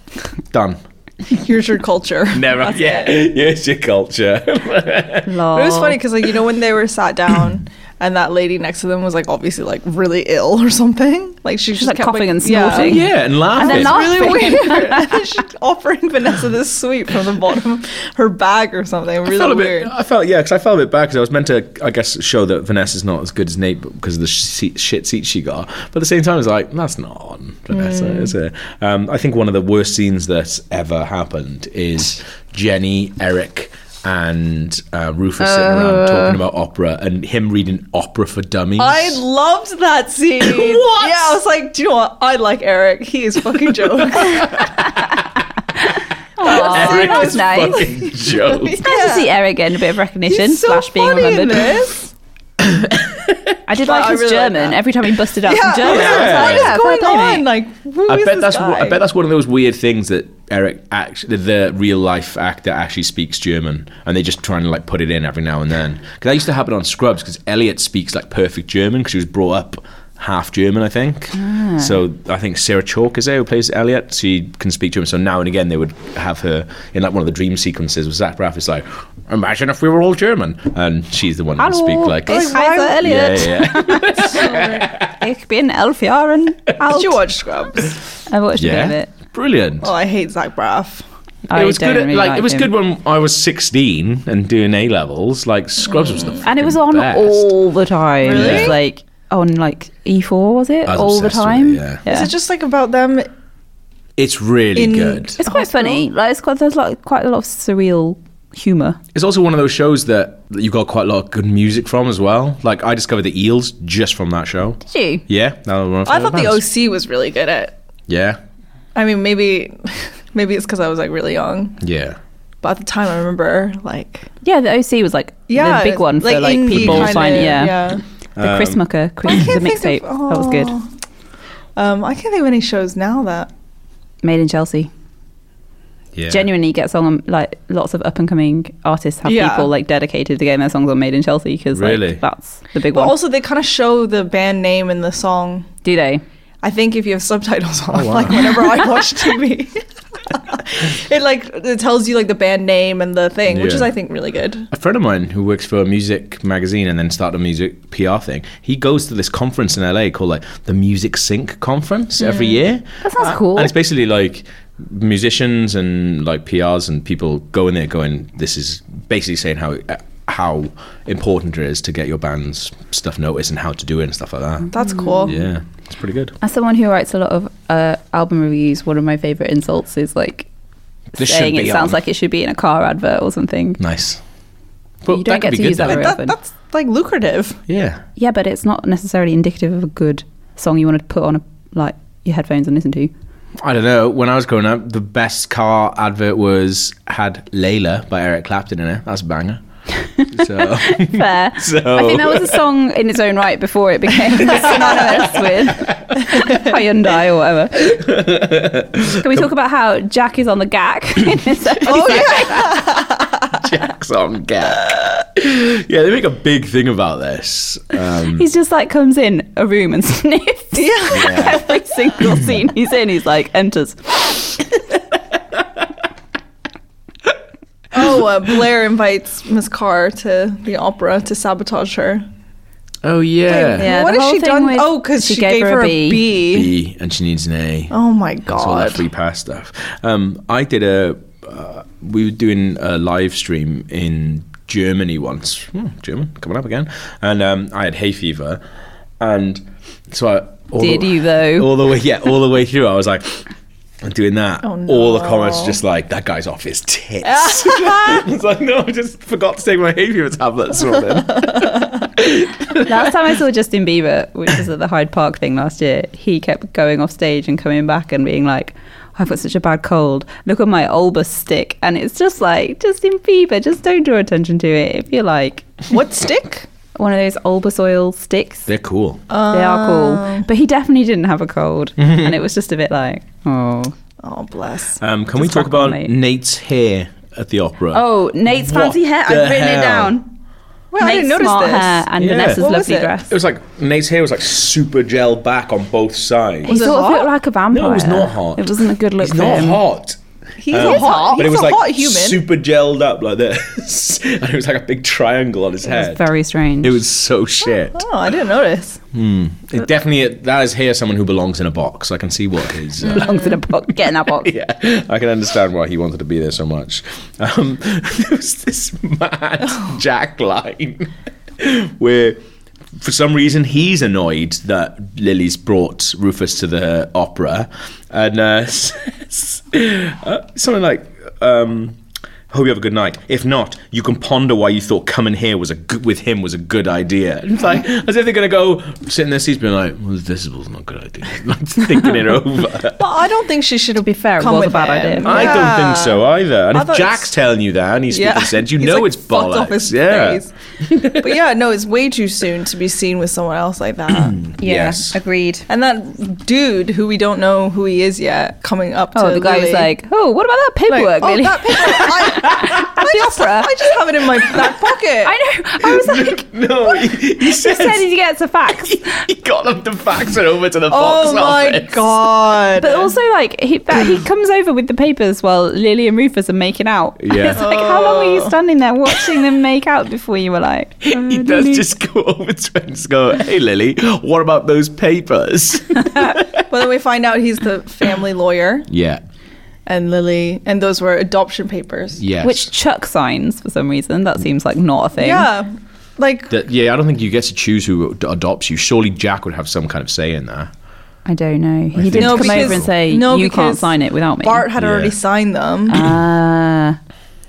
Speaker 3: Done.
Speaker 5: Here's your culture.
Speaker 3: *laughs* Never. yeah. *laughs* Here's your culture.
Speaker 5: But it was funny because like you know when they were sat down. *coughs* And that lady next to them was like obviously like really ill or something. Like she just
Speaker 4: like,
Speaker 5: kept,
Speaker 4: coughing and
Speaker 5: yeah.
Speaker 4: snorting. *laughs*
Speaker 3: yeah, and laughing.
Speaker 4: then laugh-
Speaker 5: really weird. and *laughs* then she's offering Vanessa this sweet from the bottom of her bag or something.
Speaker 3: I felt
Speaker 5: Really
Speaker 3: a bit. *coughs*
Speaker 5: weird.
Speaker 3: I felt yeah, because I felt a bit bad because I was meant to, I guess, show that Vanessa's not as good as Nate because of the sh- shit seat she got. But at the same time, I was like, that's not on Vanessa,
Speaker 4: Mm.
Speaker 3: is it? Um, I think one of the worst scenes that's ever happened is Jenny, Eric. And uh, Rufus sitting
Speaker 4: Oh.
Speaker 3: around talking about opera and him reading opera for dummies.
Speaker 5: I loved that scene.
Speaker 3: *coughs* What?
Speaker 5: Yeah, I was like, do you know what? I like Eric. He is
Speaker 4: *laughs*
Speaker 5: fucking jokes.
Speaker 3: Eric
Speaker 4: that was
Speaker 3: is
Speaker 4: nice. *laughs*
Speaker 3: fucking jokes.
Speaker 4: Nice to see Eric getting a bit of recognition
Speaker 5: He's so
Speaker 4: slash being
Speaker 5: funny in
Speaker 4: remembered.
Speaker 5: *laughs* this.
Speaker 4: I did
Speaker 5: I
Speaker 4: like his
Speaker 5: really like
Speaker 4: German.
Speaker 5: that.
Speaker 4: Every time he busted out
Speaker 5: Yeah,
Speaker 4: some German, I was
Speaker 3: Yeah.
Speaker 4: like,
Speaker 5: what is
Speaker 4: yeah, fair
Speaker 5: going
Speaker 4: play, mate.
Speaker 5: on? Like, who
Speaker 3: I
Speaker 5: is
Speaker 3: bet
Speaker 5: this
Speaker 3: that's
Speaker 5: guy?
Speaker 3: I
Speaker 5: *laughs*
Speaker 3: bet that's one of those weird things that Eric act the, the real life actor actually speaks German, and they just trying to like put it in every now and then. Because that used to happen on Scrubs, because Elliot speaks like perfect German because she was brought up half German, I think.
Speaker 5: Ah.
Speaker 3: So I think Sarah Chalk is there who plays Elliot. She can speak German. So now and again they would have her in like one of the dream sequences with Zach Braff. It's like, imagine if we were all German, and she's the one who can speak
Speaker 4: Hallo,
Speaker 3: like.
Speaker 4: it's
Speaker 5: Like,
Speaker 4: Kaiser
Speaker 5: why-
Speaker 3: yeah,
Speaker 4: Elliot.
Speaker 3: yeah.
Speaker 5: *laughs*
Speaker 4: Ich bin
Speaker 3: *laughs*
Speaker 4: elf Jahren
Speaker 5: Did you
Speaker 4: alt.
Speaker 5: watch Scrubs?
Speaker 4: I watched a
Speaker 3: yeah.
Speaker 4: bit of
Speaker 3: Brilliant.
Speaker 5: Oh, I hate Zach Braff.
Speaker 4: it. I
Speaker 3: it was
Speaker 4: don't
Speaker 3: good. at-
Speaker 4: really
Speaker 3: like, it was
Speaker 4: him.
Speaker 3: good when I was sixteen and doing A levels. Like Scrubs was the
Speaker 4: *gasps* and it was
Speaker 3: fucking
Speaker 4: on
Speaker 3: best.
Speaker 4: all the time.
Speaker 5: Really?
Speaker 4: It was like on like E4 was it
Speaker 3: I was
Speaker 4: all the
Speaker 3: obsessed with
Speaker 4: time?
Speaker 3: it, yeah.
Speaker 5: Is it just like about them?
Speaker 3: It's really
Speaker 5: In-
Speaker 3: good.
Speaker 4: it's quite funny. Like it's got there's like quite a lot of surreal humor.
Speaker 3: It's also one of those shows that that you got quite a lot of good music from as well. Like I discovered the Eels just from that show.
Speaker 4: Did you?
Speaker 3: Yeah, that was one of my
Speaker 5: I thought
Speaker 3: favourite
Speaker 5: the
Speaker 3: bands.
Speaker 5: OC was really good at.
Speaker 3: Yeah,
Speaker 5: I mean, maybe, *laughs* maybe it's because I was like really young,
Speaker 3: yeah.
Speaker 5: but at the time I remember like
Speaker 4: Yeah, the OC was like
Speaker 5: yeah,
Speaker 4: the big one for like,
Speaker 5: indie
Speaker 4: people
Speaker 5: kinda,
Speaker 4: finding yeah.
Speaker 5: yeah.
Speaker 4: The
Speaker 3: Um,
Speaker 4: Chris Mucker created the mixtape. That was good.
Speaker 5: Oh. Um, I can't think of any shows now that
Speaker 4: Made in Chelsea.
Speaker 3: Yeah.
Speaker 4: genuinely gets on like lots of up and coming artists have
Speaker 5: Yeah.
Speaker 4: people like dedicated to getting their songs on Made in Chelsea because
Speaker 2: Really?
Speaker 4: like, that's the big
Speaker 5: But
Speaker 4: one.
Speaker 5: also, they kind of show the band name in the song.
Speaker 4: Do they?
Speaker 5: I think if you have subtitles
Speaker 3: Oh,
Speaker 5: on, like
Speaker 3: *laughs*
Speaker 5: whenever I watch TV, it like it tells you like the band name and the thing, which is
Speaker 3: Yeah.
Speaker 5: I think really good.
Speaker 3: A friend of mine who works for a music magazine and then started a music PR thing, he goes to this conference in LA called like the Music Sync Conference every
Speaker 4: Mm.
Speaker 3: year.
Speaker 4: That
Speaker 5: Uh,
Speaker 4: sounds cool.
Speaker 3: And it's basically like musicians and like PRs and people go in there going, this is basically saying how how important it is to get your band's stuff noticed and how to do it and stuff like
Speaker 4: Mm.
Speaker 3: that.
Speaker 5: That's cool.
Speaker 3: Yeah, it's pretty good.
Speaker 4: As someone who writes a lot of uh, album reviews, one of my favorite insults is like
Speaker 3: This
Speaker 4: saying
Speaker 3: should
Speaker 4: it
Speaker 3: be
Speaker 4: sounds
Speaker 3: on.
Speaker 4: like it should be in a car advert or something.
Speaker 3: Nice.
Speaker 4: You don't get to use that
Speaker 3: though.
Speaker 4: very
Speaker 5: That,
Speaker 4: often.
Speaker 5: that's like lucrative.
Speaker 3: Yeah.
Speaker 4: Yeah, but it's not necessarily indicative of a good song you want to put on a, like your headphones and listen to.
Speaker 3: I don't know. When I was growing up, the best car advert was had Layla by Eric Clapton in it. That's a
Speaker 4: *laughs*
Speaker 3: banger. So *laughs*
Speaker 4: Fair. I think that was a song in its own right before it became *laughs* synonymous with Hyundai or whatever. Can we talk about how Jack is on the *laughs* gack in this episode? *laughs*
Speaker 3: Jack's on gag. Yeah, they make a big thing about this. Um,
Speaker 4: He's just like comes in a room and *laughs* sniffs. Every single scene he's in, he's like enters.
Speaker 5: Oh, uh, Blair invites Miss Carr to the opera to sabotage her.
Speaker 3: oh yeah.
Speaker 4: Yeah,
Speaker 5: what
Speaker 4: the
Speaker 5: has
Speaker 4: whole
Speaker 5: she
Speaker 4: thing
Speaker 5: done?
Speaker 4: with-
Speaker 5: Oh, because she, gave, her, a B.
Speaker 3: B and she needs an A.
Speaker 5: Oh my
Speaker 3: It's all that
Speaker 5: god.
Speaker 3: free pass stuff. Um, I did a. Uh, we were doing a live stream in Germany once. Hmm, German coming up again, and um, I had hay fever, and so I all
Speaker 4: Did
Speaker 3: the,
Speaker 4: you, though?
Speaker 3: all the way yeah all the way through I was like. I'm doing that.
Speaker 5: Oh,
Speaker 3: All the comments
Speaker 5: no.
Speaker 3: just like that guy's off his tits. *laughs*
Speaker 4: *laughs*
Speaker 3: it's like no, I just forgot to take my hay fever tablets. or
Speaker 4: *laughs*
Speaker 3: whatever.
Speaker 4: Last time I saw Justin Bieber, which was at the Hyde Park thing last year, he kept going off stage and coming back and being like, I've got such a bad cold. Look at my Olbus stick. And it's just like, Justin Bieber, just don't draw attention to it. If you're like
Speaker 5: What stick?
Speaker 4: one of those Olbus oil sticks,
Speaker 3: They're cool.
Speaker 4: they are
Speaker 3: Oh.
Speaker 4: cool. But he definitely didn't have a cold.
Speaker 3: Mm-hmm.
Speaker 4: and it was just a bit like, oh.
Speaker 5: Oh bless.
Speaker 3: Um, can we
Speaker 4: just
Speaker 3: talk
Speaker 4: crack on,
Speaker 3: about
Speaker 4: mate.
Speaker 3: Nate's hair at the opera?
Speaker 4: Oh, Nate's
Speaker 3: What
Speaker 4: fancy hair.
Speaker 3: the
Speaker 4: I've written
Speaker 3: hell?
Speaker 4: it down.
Speaker 5: Well, I
Speaker 4: Nate's
Speaker 5: didn't notice
Speaker 4: smart
Speaker 5: this.
Speaker 4: hair and
Speaker 3: Yeah.
Speaker 4: Vanessa's
Speaker 5: What was
Speaker 4: lovely
Speaker 5: it?
Speaker 4: dress.
Speaker 3: It was like Nate's hair was like super gel back on both sides.
Speaker 4: He
Speaker 5: it
Speaker 4: sort of
Speaker 5: hot?
Speaker 4: looked like a vampire.
Speaker 3: No, it was not hot.
Speaker 4: It wasn't a good look
Speaker 3: It's
Speaker 4: for
Speaker 3: not
Speaker 4: him.
Speaker 3: hot.
Speaker 5: He's
Speaker 3: Um,
Speaker 5: a hot.
Speaker 3: but it
Speaker 5: He's
Speaker 3: was
Speaker 5: a
Speaker 3: like
Speaker 5: hot human.
Speaker 3: super gelled up like this, *laughs* and it was like a big triangle on his
Speaker 4: It was
Speaker 3: head.
Speaker 4: very strange.
Speaker 3: It was so
Speaker 4: *laughs*
Speaker 3: shit.
Speaker 5: oh, I didn't notice.
Speaker 3: It definitely, that is here someone who belongs in a box. I can see what his. Uh,
Speaker 4: belongs in a box. Get in that
Speaker 5: *laughs*
Speaker 3: *laughs*
Speaker 4: box.
Speaker 3: yeah, I can understand why he wanted to be there so much. Um, *laughs* there was this mad Jack line *laughs* where, for some reason, he's annoyed that Lily's brought Rufus to the opera, and uh, *laughs* says, uh, something like. Um, Hope you have a good night. If not, you can ponder why you thought coming here was a good, with him was a good idea. *laughs* And It's like as if they're gonna go sit in their seats, being like, "Well, this was not a good idea." *laughs* Like thinking it *laughs* over.
Speaker 5: But I don't think she should have
Speaker 4: be fair, it
Speaker 5: come
Speaker 4: was a
Speaker 5: with
Speaker 4: bad
Speaker 5: him.
Speaker 4: idea.
Speaker 3: I don't think so either. And
Speaker 5: I
Speaker 3: if
Speaker 5: thought
Speaker 3: Jack's
Speaker 5: it's-
Speaker 3: telling you that and he's speaking
Speaker 5: *laughs*
Speaker 3: sense, you know
Speaker 5: like,
Speaker 3: it's bollocks.
Speaker 5: fucked off his
Speaker 3: yeah.
Speaker 5: face. *laughs* but yeah, no, it's way too soon to be seen with someone else like
Speaker 3: *clears throat*
Speaker 5: that.
Speaker 4: Yeah,
Speaker 3: Yes.
Speaker 4: agreed.
Speaker 5: and that dude who we don't know who he is yet coming up
Speaker 4: Oh,
Speaker 5: to
Speaker 4: the guy was
Speaker 5: Lily,
Speaker 4: like, "Oh, what about that paperwork,
Speaker 5: oh,
Speaker 4: Lily?"
Speaker 5: that paper, I, I, just, I just have it in my back pocket.
Speaker 4: *laughs* I know.
Speaker 5: *laughs*
Speaker 4: I was
Speaker 3: *laughs*
Speaker 4: like,
Speaker 3: No, he, he
Speaker 4: "Just said
Speaker 3: said
Speaker 4: did you get to fax?"
Speaker 3: he got up to fax it over to the box
Speaker 5: oh my
Speaker 3: office.
Speaker 5: god.
Speaker 4: But also, like, he that,
Speaker 5: *clears throat*
Speaker 4: he comes over with the papers while Lily and Rufus are making out.
Speaker 3: Yeah.
Speaker 4: it's like, how long
Speaker 5: Oh.
Speaker 4: were you standing there watching them make out before you
Speaker 3: *laughs*
Speaker 4: were like, uh,
Speaker 3: He does
Speaker 4: Lily?
Speaker 3: just go over to her and just go, "Hey, Lily, what about those
Speaker 5: *laughs*
Speaker 3: papers?"
Speaker 5: but then we find out he's the family lawyer
Speaker 3: yeah,
Speaker 5: and Lily, and those were adoption papers.
Speaker 3: yes.
Speaker 4: Which Chuck signs for some reason. That seems like not a thing.
Speaker 5: Yeah. Like,
Speaker 3: That- yeah, I don't think you get to choose who ad- adopts you. Surely Jack would have some kind of say in that.
Speaker 4: I don't know. He
Speaker 3: think
Speaker 4: did
Speaker 3: No,
Speaker 4: come
Speaker 5: because-
Speaker 4: over and say,
Speaker 5: no,
Speaker 4: "You can't
Speaker 5: because
Speaker 4: sign it without me."
Speaker 5: Bart had already
Speaker 3: Yeah.
Speaker 5: signed them.
Speaker 4: Ah.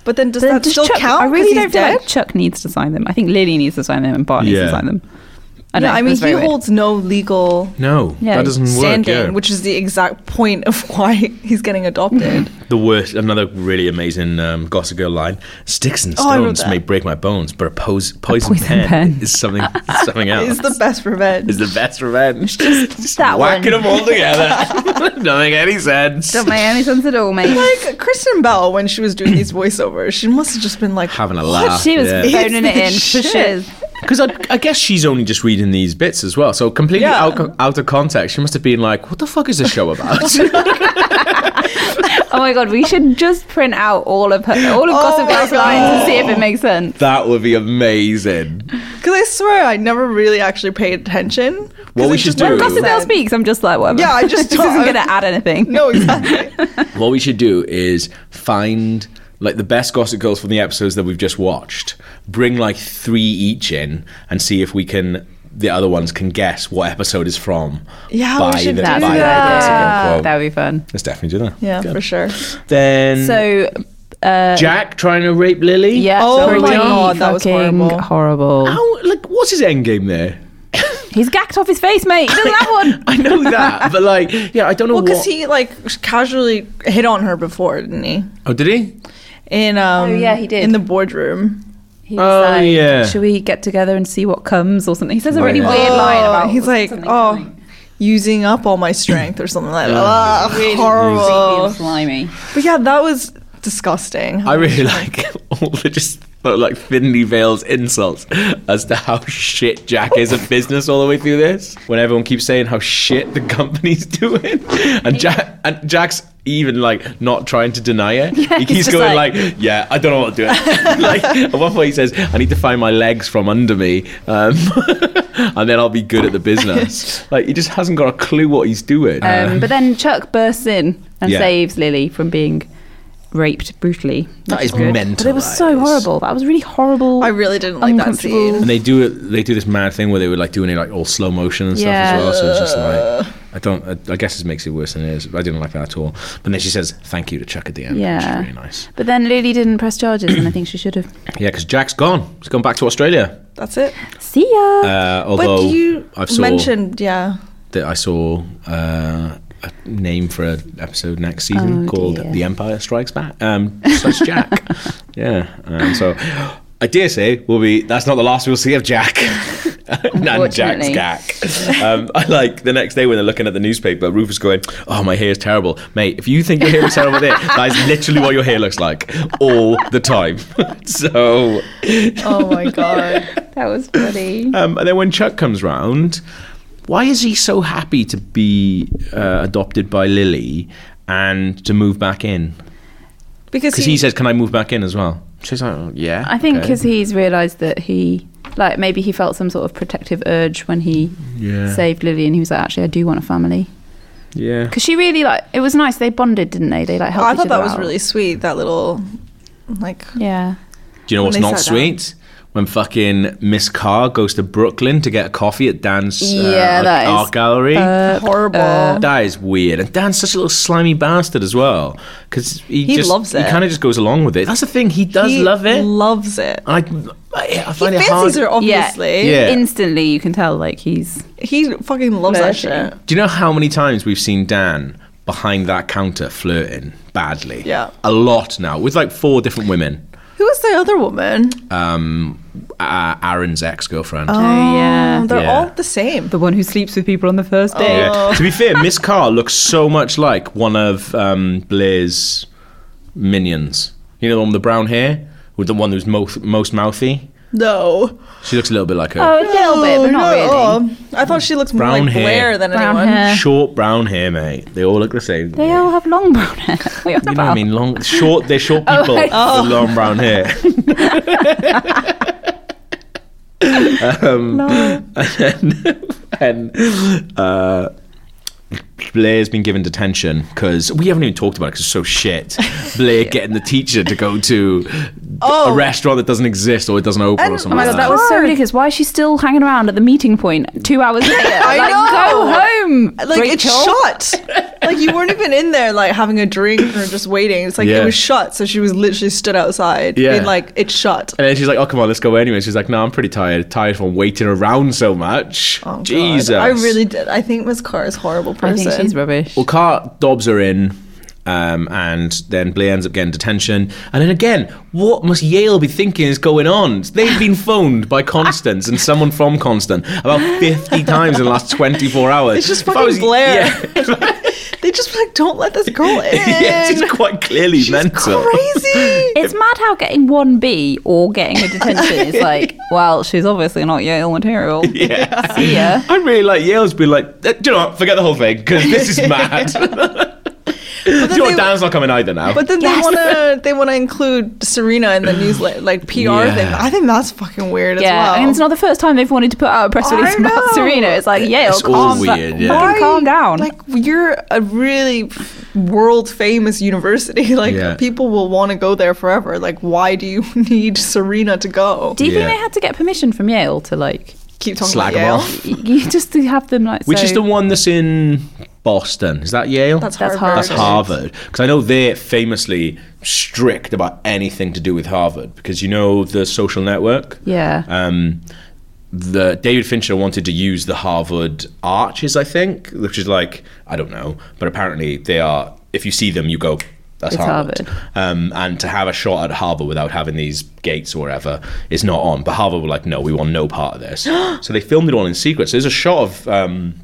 Speaker 5: But then does
Speaker 4: But
Speaker 5: that
Speaker 4: does
Speaker 5: still
Speaker 4: Chuck-
Speaker 5: count?
Speaker 4: I
Speaker 5: 'cause
Speaker 4: really
Speaker 5: he's
Speaker 4: don't feel like Chuck needs to sign them. I think Lily needs to sign them and Bart needs
Speaker 3: Yeah.
Speaker 4: to sign them. I don't
Speaker 5: No,
Speaker 4: know.
Speaker 5: I mean,
Speaker 4: It's
Speaker 5: he
Speaker 4: very weird.
Speaker 5: holds no legal
Speaker 3: No,
Speaker 4: Yeah,
Speaker 3: that doesn't Mm, work.
Speaker 5: standing,
Speaker 3: Yeah.
Speaker 5: which is the exact point of *laughs* why he's getting adopted.
Speaker 3: the worst, another really amazing um, Gossip Girl line: "Sticks and
Speaker 5: Oh, I wrote
Speaker 3: stones
Speaker 5: that.
Speaker 3: may break my bones, but a, pos- poison,
Speaker 4: poison
Speaker 3: pen,
Speaker 4: pen."
Speaker 3: is something something else."
Speaker 5: it's the best revenge.
Speaker 3: is the best revenge. Just,
Speaker 4: that
Speaker 3: whacking
Speaker 4: one.
Speaker 3: them all together. *laughs* Doesn't make any sense.
Speaker 4: Don't make any sense at *laughs* all, mate.
Speaker 5: like Kristen Bell when she was doing these voiceovers, she must have just been like,
Speaker 3: *laughs* Having a laugh.
Speaker 4: *laughs* she was
Speaker 3: Ah, yeah.
Speaker 5: It's
Speaker 4: phoning it
Speaker 5: the
Speaker 4: in for
Speaker 5: shit.
Speaker 4: shiz.
Speaker 3: Because I, I guess she's only just reading these bits as well. So completely
Speaker 5: Yeah.
Speaker 3: out, co- out of context, she must have been like, "What the fuck is this show about?" *laughs*
Speaker 4: Oh my god, we should just print out all of her, all of Gossip
Speaker 5: my
Speaker 4: Girl's lines and see if it makes sense.
Speaker 3: that would be amazing.
Speaker 5: because I swear I never really actually paid attention. 'Cause
Speaker 3: What we
Speaker 5: it's
Speaker 3: should
Speaker 5: just like
Speaker 3: do-
Speaker 5: Gossip
Speaker 4: Gossip Girl
Speaker 5: Girl's being-
Speaker 4: speaks. I'm just like, whatever. *laughs*
Speaker 5: Yeah, I just
Speaker 4: this
Speaker 5: don't-
Speaker 4: isn't gonna add
Speaker 3: *laughs*
Speaker 4: anything.
Speaker 5: No, exactly.
Speaker 3: What we should do is find like the best Gossip Girls from the episodes that we've just watched. Bring like three each in and see if we can. The other ones can guess what episode is from.
Speaker 5: Yeah, we
Speaker 3: by
Speaker 5: should
Speaker 3: the,
Speaker 5: do
Speaker 3: by the
Speaker 5: that.
Speaker 3: Gossip Girl quote.
Speaker 4: That would be fun.
Speaker 3: Let's definitely do that.
Speaker 5: yeah, for sure.
Speaker 3: Then
Speaker 4: So, uh,
Speaker 3: Jack trying to rape Lily.
Speaker 4: yeah.
Speaker 5: Oh
Speaker 4: pretty
Speaker 5: my God, that was
Speaker 4: fucking
Speaker 5: horrible.
Speaker 4: horrible.
Speaker 3: How like what's his end game there?
Speaker 4: He's gacked off his face, mate. He doesn't have *laughs* one.
Speaker 3: I know
Speaker 5: *laughs*
Speaker 3: that, but like, yeah, I don't know
Speaker 5: Well,
Speaker 3: what.
Speaker 5: because he like casually hit on her before, didn't he?
Speaker 3: oh, did he?
Speaker 5: In um,
Speaker 4: Oh, yeah, he did.
Speaker 5: in the boardroom.
Speaker 4: He
Speaker 3: Oh,
Speaker 4: was like,
Speaker 3: yeah.
Speaker 4: should we get together and see what comes or something? He says a really
Speaker 3: Right.
Speaker 4: weird
Speaker 5: Oh,
Speaker 4: line about.
Speaker 5: he's like,
Speaker 4: something
Speaker 5: oh,
Speaker 4: coming.
Speaker 5: using up all my strength or something like that. Ugh, horrible.
Speaker 4: Creepy and slimy.
Speaker 5: But yeah, that was disgusting.
Speaker 3: I really like *laughs* all the just like thinly veiled insults as to how shit Jack is at business all the way through this. When everyone keeps saying how shit the company's *laughs* doing, and Jack and Jack's even like not trying to deny it. he
Speaker 4: he's
Speaker 3: keeps
Speaker 4: just
Speaker 3: going like,
Speaker 4: like-
Speaker 3: "Yeah, I don't know what to
Speaker 4: *laughs*
Speaker 3: do." *laughs* like at one point he says, "I need to find my legs from under me, um, *laughs* and then I'll be good at the
Speaker 4: *laughs*
Speaker 3: business." like he just hasn't got a clue what he's doing.
Speaker 4: Um, but then Chuck bursts in and
Speaker 3: Uh. Yeah.
Speaker 4: saves Lily from being raped brutally.
Speaker 3: that is mental.
Speaker 4: But it was
Speaker 3: that
Speaker 4: so
Speaker 3: is.
Speaker 4: horrible. That was really horrible.
Speaker 5: I really didn't like that
Speaker 4: uncomfortable.
Speaker 5: scene.
Speaker 3: And they do it. They do this mad thing where they were like doing it like all slow motion and stuff
Speaker 4: Yeah.
Speaker 3: as well. So it's just like I don't. I, I guess it makes it worse than it is. I didn't like that at all. But then she says thank you to Chuck at the end. which is
Speaker 4: Yeah.
Speaker 3: really nice.
Speaker 4: But then Lily didn't press charges, and I think she
Speaker 3: *coughs*
Speaker 4: should have.
Speaker 3: Yeah, because Jack's gone. He's gone back to Australia.
Speaker 5: That's it.
Speaker 4: See ya.
Speaker 3: Uh, although
Speaker 5: But you
Speaker 3: I've saw
Speaker 5: mentioned, yeah,
Speaker 3: that I saw uh, a name for an episode next season
Speaker 4: Oh,
Speaker 3: called
Speaker 4: dear.
Speaker 3: "The Empire Strikes Back." Um, slash
Speaker 4: *laughs*
Speaker 3: Jack. yeah. Um, so. I dare say will be that's not the last we'll see of Jack. *laughs* and Jack's
Speaker 4: Unfortunately.
Speaker 3: gack. Um, I like the next day when they're looking at the newspaper, Rufus going, Oh, my hair is terrible. Mate, if you think your hair is terrible there, that is literally what your hair looks like all the time. *laughs* so
Speaker 5: Oh my god.
Speaker 4: that was
Speaker 3: *coughs*
Speaker 4: funny.
Speaker 3: um, and then when Chuck comes round, why is he so happy to be uh, adopted by Lily and to move back in?
Speaker 5: *laughs* because
Speaker 3: Because he says, "Can I move back in as well?" She's like, oh, "Yeah."
Speaker 4: I think
Speaker 3: okay."
Speaker 4: because he's realised that he, like, maybe he felt some sort of protective urge when he
Speaker 3: yeah,
Speaker 4: saved Lily, and he was like, actually, I do want a family.
Speaker 3: yeah.
Speaker 4: Because she really like it was nice. They bonded, didn't they? They like helped.
Speaker 5: I
Speaker 4: each
Speaker 5: thought that
Speaker 4: other
Speaker 5: was
Speaker 4: out.
Speaker 5: really sweet. That little, like,
Speaker 4: Yeah.
Speaker 3: Do you know
Speaker 5: when
Speaker 3: what's
Speaker 5: they
Speaker 3: not
Speaker 5: sat down.
Speaker 3: sweet? When fucking Miss Carr goes to Brooklyn to get a coffee at Dan's uh,
Speaker 4: Yeah, that
Speaker 3: art
Speaker 4: is
Speaker 3: gallery.
Speaker 5: horrible.
Speaker 3: that is weird, and Dan's such a little slimy bastard as well. Because he,
Speaker 5: He
Speaker 3: just,
Speaker 5: loves
Speaker 3: He
Speaker 5: it.
Speaker 3: kind of just goes along with it. That's the thing. He does
Speaker 5: He
Speaker 3: love it.
Speaker 5: Loves it.
Speaker 3: I, I, I
Speaker 5: He
Speaker 3: find it hard.
Speaker 5: fancies her obviously.
Speaker 3: Yeah.
Speaker 4: Instantly, you can tell like he's
Speaker 5: He fucking loves that
Speaker 4: Flirting.
Speaker 5: shit.
Speaker 3: Do you know how many times we've seen Dan behind that counter flirting badly?
Speaker 5: Yeah.
Speaker 3: a lot now with like four different women.
Speaker 5: Who was the other woman?
Speaker 3: Um, uh, Aaron's ex girlfriend.
Speaker 4: oh yeah
Speaker 5: Um, They're
Speaker 3: Yeah.
Speaker 5: all the same.
Speaker 4: the one who sleeps with people on the first day.
Speaker 3: Yeah. To be fair, Miss Carr looks so much like one of um, Blair's minions. You know the one with the brown hair, with the one who's most most mouthy.
Speaker 5: No.
Speaker 3: She looks a little bit like her.
Speaker 4: Oh, a little bit, but not really.
Speaker 5: I thought she looked
Speaker 3: Brown
Speaker 5: more like
Speaker 3: hair.
Speaker 5: Blair than
Speaker 4: Brown
Speaker 5: anyone.
Speaker 4: hair.
Speaker 3: Short brown hair, mate. They all look the same.
Speaker 4: They all have long brown hair. *laughs* What are on
Speaker 3: You know what I
Speaker 4: about?
Speaker 3: mean? Long, short. They're short
Speaker 4: *laughs* Oh,
Speaker 3: people
Speaker 4: I-
Speaker 3: with long brown
Speaker 4: *laughs*
Speaker 3: hair.
Speaker 4: *gasps* No.
Speaker 3: and uh, Blair's been given detention because we haven't even talked about it because it's so shit. Blair getting the teacher to go to a
Speaker 5: *laughs* Oh.
Speaker 3: restaurant that doesn't exist or it doesn't open or
Speaker 5: And-
Speaker 4: Oh
Speaker 3: something.
Speaker 4: my
Speaker 3: like
Speaker 4: god, that was so
Speaker 5: Hard.
Speaker 4: ridiculous. Why is she still hanging around at the meeting point two hours later?
Speaker 5: *laughs* I
Speaker 4: like,
Speaker 5: know.
Speaker 4: Go home.
Speaker 5: *gasps* Like it's
Speaker 4: Rachel. *laughs*
Speaker 5: shot. Like like you weren't even in there like having a drink or just waiting. It's like
Speaker 3: Yeah.
Speaker 5: it was shut, so she was literally stood outside
Speaker 3: Yeah.
Speaker 5: being like, "It's shut."
Speaker 3: And then she's like, "Oh, come on, let's go anyway." She's like, "No, I'm pretty tired. Tired from waiting around so much."
Speaker 5: Oh, God.
Speaker 3: Jesus,
Speaker 5: I really did. I think Miss Carr is a horrible
Speaker 4: I
Speaker 5: person.
Speaker 4: think she's rubbish.
Speaker 3: Well, Carr dobs her in, um, and then Blair ends up getting detention. And then again, what must Yale be thinking is going on? They've been phoned by Constance and someone from Constance about fifty times in the last twenty-four hours.
Speaker 5: It's just
Speaker 3: If I
Speaker 5: fucking
Speaker 3: was-
Speaker 5: Blair.
Speaker 3: Yeah,
Speaker 5: they just like don't let this girl
Speaker 3: *laughs*
Speaker 5: in. *laughs*
Speaker 3: yeah, she's quite clearly
Speaker 5: She's
Speaker 3: mental.
Speaker 5: crazy.
Speaker 4: It's mad how getting one B or getting
Speaker 5: *laughs*
Speaker 4: a detention is like, well, she's obviously not Yale material.
Speaker 3: *laughs* *laughs* Yeah.
Speaker 4: See ya.
Speaker 3: I'd really like Yale's been like, "Eh, do you know what? Forget the whole thing because this
Speaker 5: *laughs*
Speaker 3: is mad. *laughs* Do you know what?
Speaker 5: they-
Speaker 3: Dan's not coming either now.
Speaker 5: But then they want to they want to include Serena in the newsletter like PR
Speaker 3: Yeah.
Speaker 5: thing. I think that's fucking weird as
Speaker 4: Yeah,
Speaker 5: well.
Speaker 4: and it's not the first time they've wanted to put out a press
Speaker 5: I
Speaker 4: release
Speaker 5: know.
Speaker 4: about Serena. It's like Yale,
Speaker 3: It's all
Speaker 4: calm,
Speaker 3: weird, yeah.
Speaker 4: fucking
Speaker 5: Why-
Speaker 4: calm down.
Speaker 5: Like you're a really world famous university. *laughs* Like
Speaker 3: Yeah.
Speaker 5: people will want to go there forever. Like why do you *laughs* need Serena to go?
Speaker 4: Do you
Speaker 3: Yeah.
Speaker 4: think they had to get permission from Yale to like,
Speaker 5: Keep talking
Speaker 3: Slag
Speaker 5: about
Speaker 3: 'em
Speaker 5: Yale.
Speaker 3: off.
Speaker 4: y- you just to have them like?
Speaker 3: Which is
Speaker 4: so-
Speaker 3: the one that's in Boston? Is that Yale?
Speaker 5: *laughs* That's
Speaker 4: That's
Speaker 5: Harvard.
Speaker 4: Harvard.
Speaker 3: That's Harvard. Because I know they're famously strict about anything to do with Harvard. Because you know the social network?
Speaker 4: Yeah.
Speaker 3: Um, the David Fincher wanted to use the Harvard arches, I think, which is like I don't know, but apparently they are. If you see them, you go. That's
Speaker 4: It's
Speaker 3: Harvard. Um, and to have a shot at Harvard without having these gates or whatever is not on. But Harvard were like, no, we want no part of
Speaker 4: *gasps*
Speaker 3: this. so they filmed it all in secret. So there's a shot of um,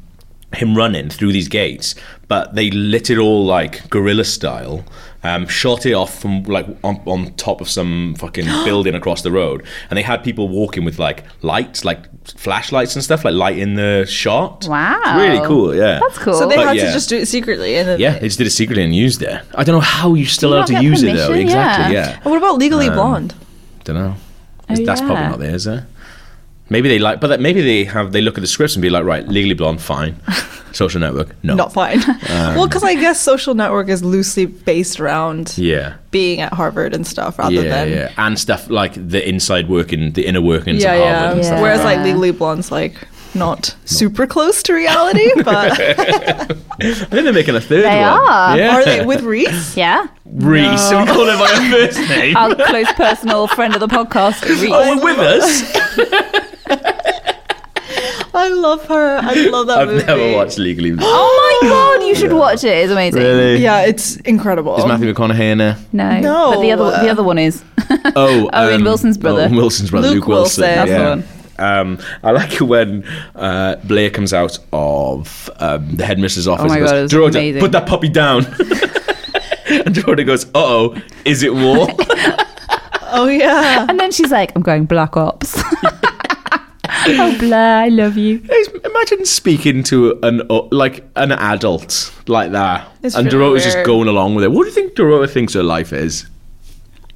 Speaker 3: him running through these gates, but they lit it all like guerrilla style. Um, shot it off from like on, on top of some
Speaker 4: *gasps*
Speaker 3: fucking building across the road, and they had people walking with like lights, like flashlights and stuff, like light in the shot.
Speaker 4: Wow.
Speaker 3: It's really cool. Yeah,
Speaker 4: That's cool.
Speaker 5: So they
Speaker 3: But
Speaker 5: had
Speaker 3: yeah.
Speaker 5: to just do it secretly. And then
Speaker 3: Yeah, they just did it secretly and used it. I don't know how you're still
Speaker 4: Do you
Speaker 3: allowed to
Speaker 4: not get
Speaker 3: use it though.
Speaker 4: permission?
Speaker 3: Exactly.
Speaker 4: Yeah.
Speaker 3: Yeah,
Speaker 5: And what about Legally
Speaker 3: Um,
Speaker 5: Blonde?
Speaker 3: don't know.
Speaker 4: Oh,
Speaker 3: That's probably
Speaker 4: yeah.
Speaker 3: not there, is it? Maybe they like, but that, maybe they have. They look at the scripts and be like, right, Legally Blonde,
Speaker 5: *laughs*
Speaker 3: fine. Social Network, no. Um, *laughs*
Speaker 5: Not fine. well, because I guess Social Network is loosely based around
Speaker 3: yeah.
Speaker 5: being at Harvard and stuff, rather
Speaker 3: yeah,
Speaker 5: than
Speaker 3: yeah, and stuff like the inside working, the inner workings
Speaker 5: yeah,
Speaker 3: of Harvard.
Speaker 5: yeah.
Speaker 3: And stuff.
Speaker 4: stuff
Speaker 5: Whereas
Speaker 4: like
Speaker 5: like
Speaker 4: that.
Speaker 5: Legally Blonde's like not super close to
Speaker 3: *laughs*
Speaker 5: reality, but
Speaker 3: I think they're making a third
Speaker 4: They
Speaker 3: one.
Speaker 4: are.
Speaker 3: Yeah.
Speaker 5: are they
Speaker 3: *laughs*
Speaker 5: with Reese?
Speaker 4: yeah.
Speaker 3: Reese? We call her by her first
Speaker 5: *laughs*
Speaker 3: name.
Speaker 4: Our close personal friend of the podcast, Reese.
Speaker 3: oh, we're with us.
Speaker 5: I love her.
Speaker 3: *laughs*
Speaker 5: I love that
Speaker 3: I've
Speaker 5: movie.
Speaker 3: never watched
Speaker 5: *gasps*
Speaker 3: Legally. Blonde.
Speaker 4: Oh
Speaker 5: *laughs*
Speaker 4: my god, you should watch it. It's amazing.
Speaker 5: Yeah, it's incredible.
Speaker 3: Is Matthew McConaughey in there?
Speaker 4: No.
Speaker 5: No.
Speaker 4: But the other the other one is. *laughs*
Speaker 3: Oh,
Speaker 4: Owen Wilson's brother.
Speaker 3: Owen Wilson's brother,
Speaker 5: Luke
Speaker 3: Luke, Wilson.
Speaker 5: Wilson. That's
Speaker 4: the
Speaker 3: yeah.
Speaker 4: one.
Speaker 3: Um, I like it when uh, Blair comes out of um, the headmistress's office.
Speaker 4: Oh my
Speaker 3: and goes,
Speaker 4: God, it was
Speaker 3: "Dorota,
Speaker 4: amazing.
Speaker 3: put that puppy down. *laughs* and Dorota goes, "Uh oh, is it
Speaker 4: *laughs*
Speaker 3: war?"
Speaker 5: Oh yeah.
Speaker 4: *laughs* And then she's like, I'm going
Speaker 3: *laughs*
Speaker 4: Black Ops. *laughs* oh Blair, I love you.
Speaker 3: Guys, Imagine speaking to an uh, like an adult like that,
Speaker 5: It's
Speaker 3: and
Speaker 5: really
Speaker 3: Dorota's just
Speaker 5: weird.
Speaker 3: going along with it. What do you think Dorota thinks her life is?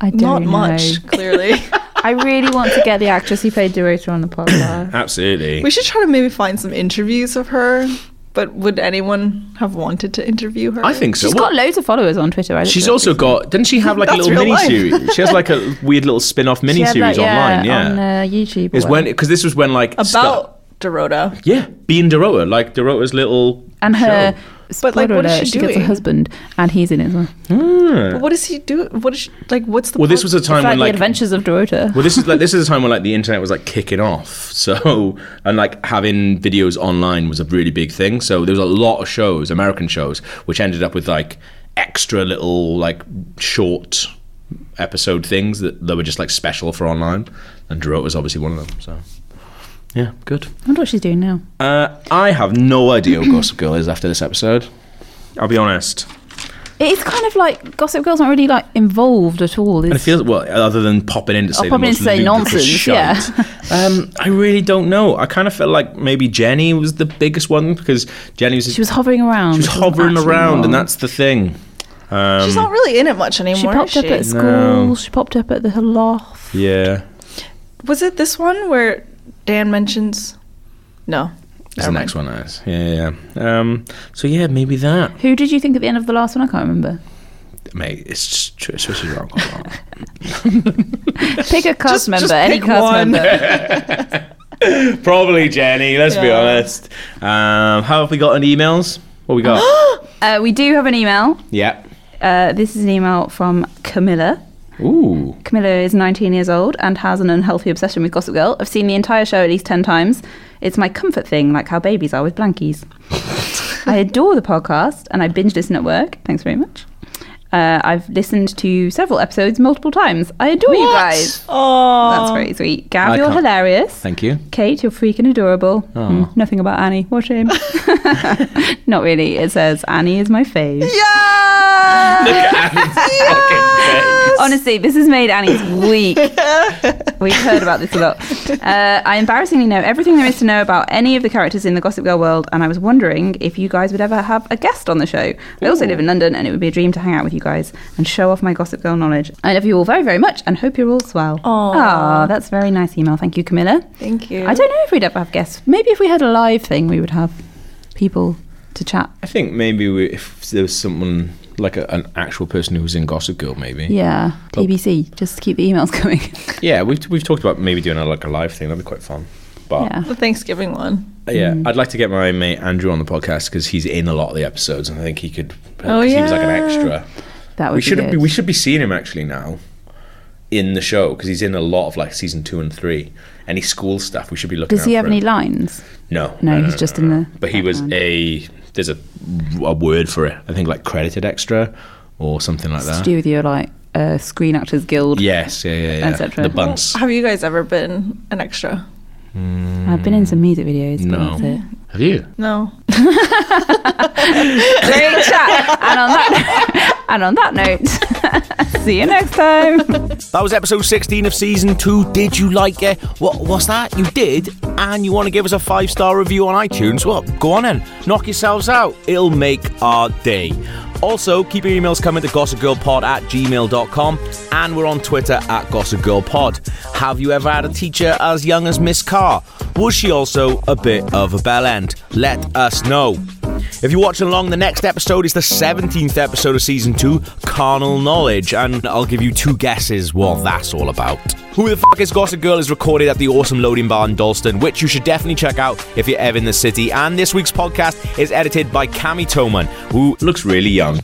Speaker 4: I don't
Speaker 5: Not
Speaker 4: know.
Speaker 5: much, clearly.
Speaker 4: *laughs* I really want to get the actress who played Dorota on the podcast.
Speaker 3: Absolutely.
Speaker 5: we should try to maybe find some interviews of her. But would anyone have wanted to interview her?
Speaker 3: I think *clears throat* so.
Speaker 4: She's
Speaker 3: What-
Speaker 4: got loads of followers on Twitter. I
Speaker 3: She's
Speaker 4: looked
Speaker 3: also
Speaker 4: it up
Speaker 3: got. Didn't she have like a
Speaker 5: That's
Speaker 3: little
Speaker 5: real
Speaker 3: mini
Speaker 5: life.
Speaker 3: series? She has like
Speaker 4: *laughs*
Speaker 3: a weird little spin-off mini
Speaker 4: recently. She
Speaker 3: series
Speaker 4: had that,
Speaker 3: online. Yeah.
Speaker 4: on uh, YouTube. or
Speaker 3: Is when because this was when like
Speaker 5: about
Speaker 3: stuff-
Speaker 5: Dorota.
Speaker 3: yeah being Dorota like Dorota's little
Speaker 4: and her
Speaker 3: show.
Speaker 5: But, like,
Speaker 4: spoiler
Speaker 5: what is
Speaker 4: alert,
Speaker 5: she
Speaker 4: she, gets a
Speaker 5: doing?
Speaker 4: husband and he's in it as well.
Speaker 5: But what does he do? What is she, like? What's the?
Speaker 3: Well, this was a time
Speaker 4: It's like,
Speaker 3: when
Speaker 4: the
Speaker 3: like
Speaker 4: adventures of Dorota.
Speaker 3: well this is like this is a time when like the internet was like kicking off so and like having videos online was a really big thing so there was a lot of shows American shows which ended up with like extra little like short episode things that, that were just like special for online and Dorota was obviously one of them so yeah good
Speaker 4: I wonder what she's doing now.
Speaker 3: uh, I have no idea what Gossip Girl is after this episode I'll be honest.
Speaker 4: It's kind of like Gossip Girl's not really like involved at all.
Speaker 3: And it
Speaker 4: It's,
Speaker 3: feels well, other than popping in to say, the
Speaker 4: popping in
Speaker 3: most
Speaker 4: to say
Speaker 3: ludicrous
Speaker 4: nonsense,
Speaker 3: shite, *laughs* um, I really don't know. I kind of felt like maybe Jenny was the biggest one because Jenny was
Speaker 4: she was hovering around.
Speaker 3: she was
Speaker 4: She wasn't
Speaker 3: hovering
Speaker 4: actually
Speaker 3: around, and
Speaker 4: involved.
Speaker 3: that's the thing. Um,
Speaker 5: She's not really in it much
Speaker 4: She
Speaker 5: anymore.
Speaker 4: popped
Speaker 5: is
Speaker 4: up at
Speaker 5: she?
Speaker 4: school.
Speaker 3: No.
Speaker 4: She popped up at the loft.
Speaker 3: yeah,
Speaker 5: Was it this one where Dan mentions? No.
Speaker 3: it's
Speaker 5: Never
Speaker 3: the
Speaker 5: mind.
Speaker 3: next one. I guess. Yeah, yeah. Um, so yeah, maybe that,
Speaker 4: Who did you think at the end of the last one? I
Speaker 3: *laughs*
Speaker 4: can't remember.
Speaker 3: mate. It's just tr- it's just wrong. quite a lot.
Speaker 4: Pick a cast
Speaker 5: Just-
Speaker 4: member,
Speaker 5: just
Speaker 4: any
Speaker 5: pick
Speaker 4: cast
Speaker 5: one.
Speaker 3: *laughs*
Speaker 4: member.
Speaker 3: *laughs* Probably Jenny. Let's be
Speaker 5: Yeah.
Speaker 3: honest. Um, how have we got on emails? What What we got?
Speaker 4: *gasps* Uh, we do have an email.
Speaker 3: yeah.
Speaker 4: Uh, this is an email from Camilla.
Speaker 3: Ooh.
Speaker 4: Camilla is 19 years old and has an unhealthy obsession with Gossip Girl. I've seen the entire show at least 10 times. It's my comfort thing, like how babies are with blankies. I adore the podcast and I binge listen at work. Thanks very much. Uh, I've listened to several episodes multiple times. I adore you guys.
Speaker 5: Oh,
Speaker 4: That's very sweet. Gav,
Speaker 3: I
Speaker 4: you're
Speaker 3: can't-
Speaker 4: hilarious.
Speaker 3: Thank
Speaker 4: *laughs*
Speaker 3: you.
Speaker 4: Kate, you're freaking adorable. Mm, nothing about Annie. What a shame. *laughs* Not really. It says Annie is my fave.
Speaker 5: *laughs*
Speaker 3: *laughs*
Speaker 4: Honestly, this has made Annie's
Speaker 5: *laughs*
Speaker 4: week. We've heard about this a lot. Uh, I embarrassingly know everything there is to know about any of the characters in the Gossip Girl world, and I was wondering if you guys would ever have a guest on the show. I also live in London, and it would be a dream to hang out with you guys and show off my Gossip Girl knowledge. I love you all very, very much, and hope you're all swell. Aw, that's a very nice email. Thank you, Camilla.
Speaker 5: thank you.
Speaker 4: I don't know if we'd ever have guests. Maybe if we had a live thing, we would have people to chat.
Speaker 3: I think maybe we, if there was someone like a, an actual person who was in Gossip Girl, maybe.
Speaker 4: Yeah, TBC. Just keep the emails *laughs* coming.
Speaker 3: Yeah, we've, we've talked about maybe doing a, like a live thing. That'd be quite fun. But uh,
Speaker 4: yeah.
Speaker 5: the Thanksgiving one.
Speaker 3: Yeah, I'd like to get my mate Andrew on the podcast because he's in a lot of the episodes, and I think he could. uh,
Speaker 5: Oh,
Speaker 3: he was like an
Speaker 5: yeah.
Speaker 3: extra.
Speaker 4: That would
Speaker 3: We
Speaker 4: be
Speaker 3: should
Speaker 4: good.
Speaker 3: be, we should be seeing him actually now in the show because he's in a lot of like season two and three. Any school stuff we should be looking.
Speaker 4: Does
Speaker 3: out
Speaker 4: he have
Speaker 3: for
Speaker 4: any
Speaker 3: him.
Speaker 4: lines?
Speaker 3: No,
Speaker 4: No, he's just in the
Speaker 3: But he was
Speaker 4: background.
Speaker 3: a. There's a a word for it. I think like credited extra or something like
Speaker 4: to
Speaker 3: that.
Speaker 4: do with your like uh, Screen Actors Guild.
Speaker 3: Yes, yeah, yeah, yeah.
Speaker 4: Etc.
Speaker 3: The bunts.
Speaker 5: Have you guys ever been an extra?
Speaker 4: I've been in some music videos.
Speaker 3: No.
Speaker 4: But that's it.
Speaker 3: Have you?
Speaker 5: No.
Speaker 4: Great chat. And on that, *laughs* and on that note, *laughs* see you next time.
Speaker 2: That was episode 16 of season two. Did you like it? What was that? You did? And you want to give us a five star review on iTunes? Well, go on then. Knock yourselves out. It'll make our day. Also, keep your emails coming to gossipgirlpod at gmail.com and we're on Twitter at gossipgirlpod. Have you ever had a teacher as young as Miss Carr? Was she also a bit of a bell end? Let us know. If you're watching along, the next episode is the 17th episode of season two, Carnal Knowledge, and I'll give you two guesses what that's all about. Who the Fuck is Gossip Girl is recorded at the awesome Loading Bar in Dalston, which you should definitely check out if you're ever in the city. And this week's podcast is edited by Cami Toman, who
Speaker 3: Looks really young.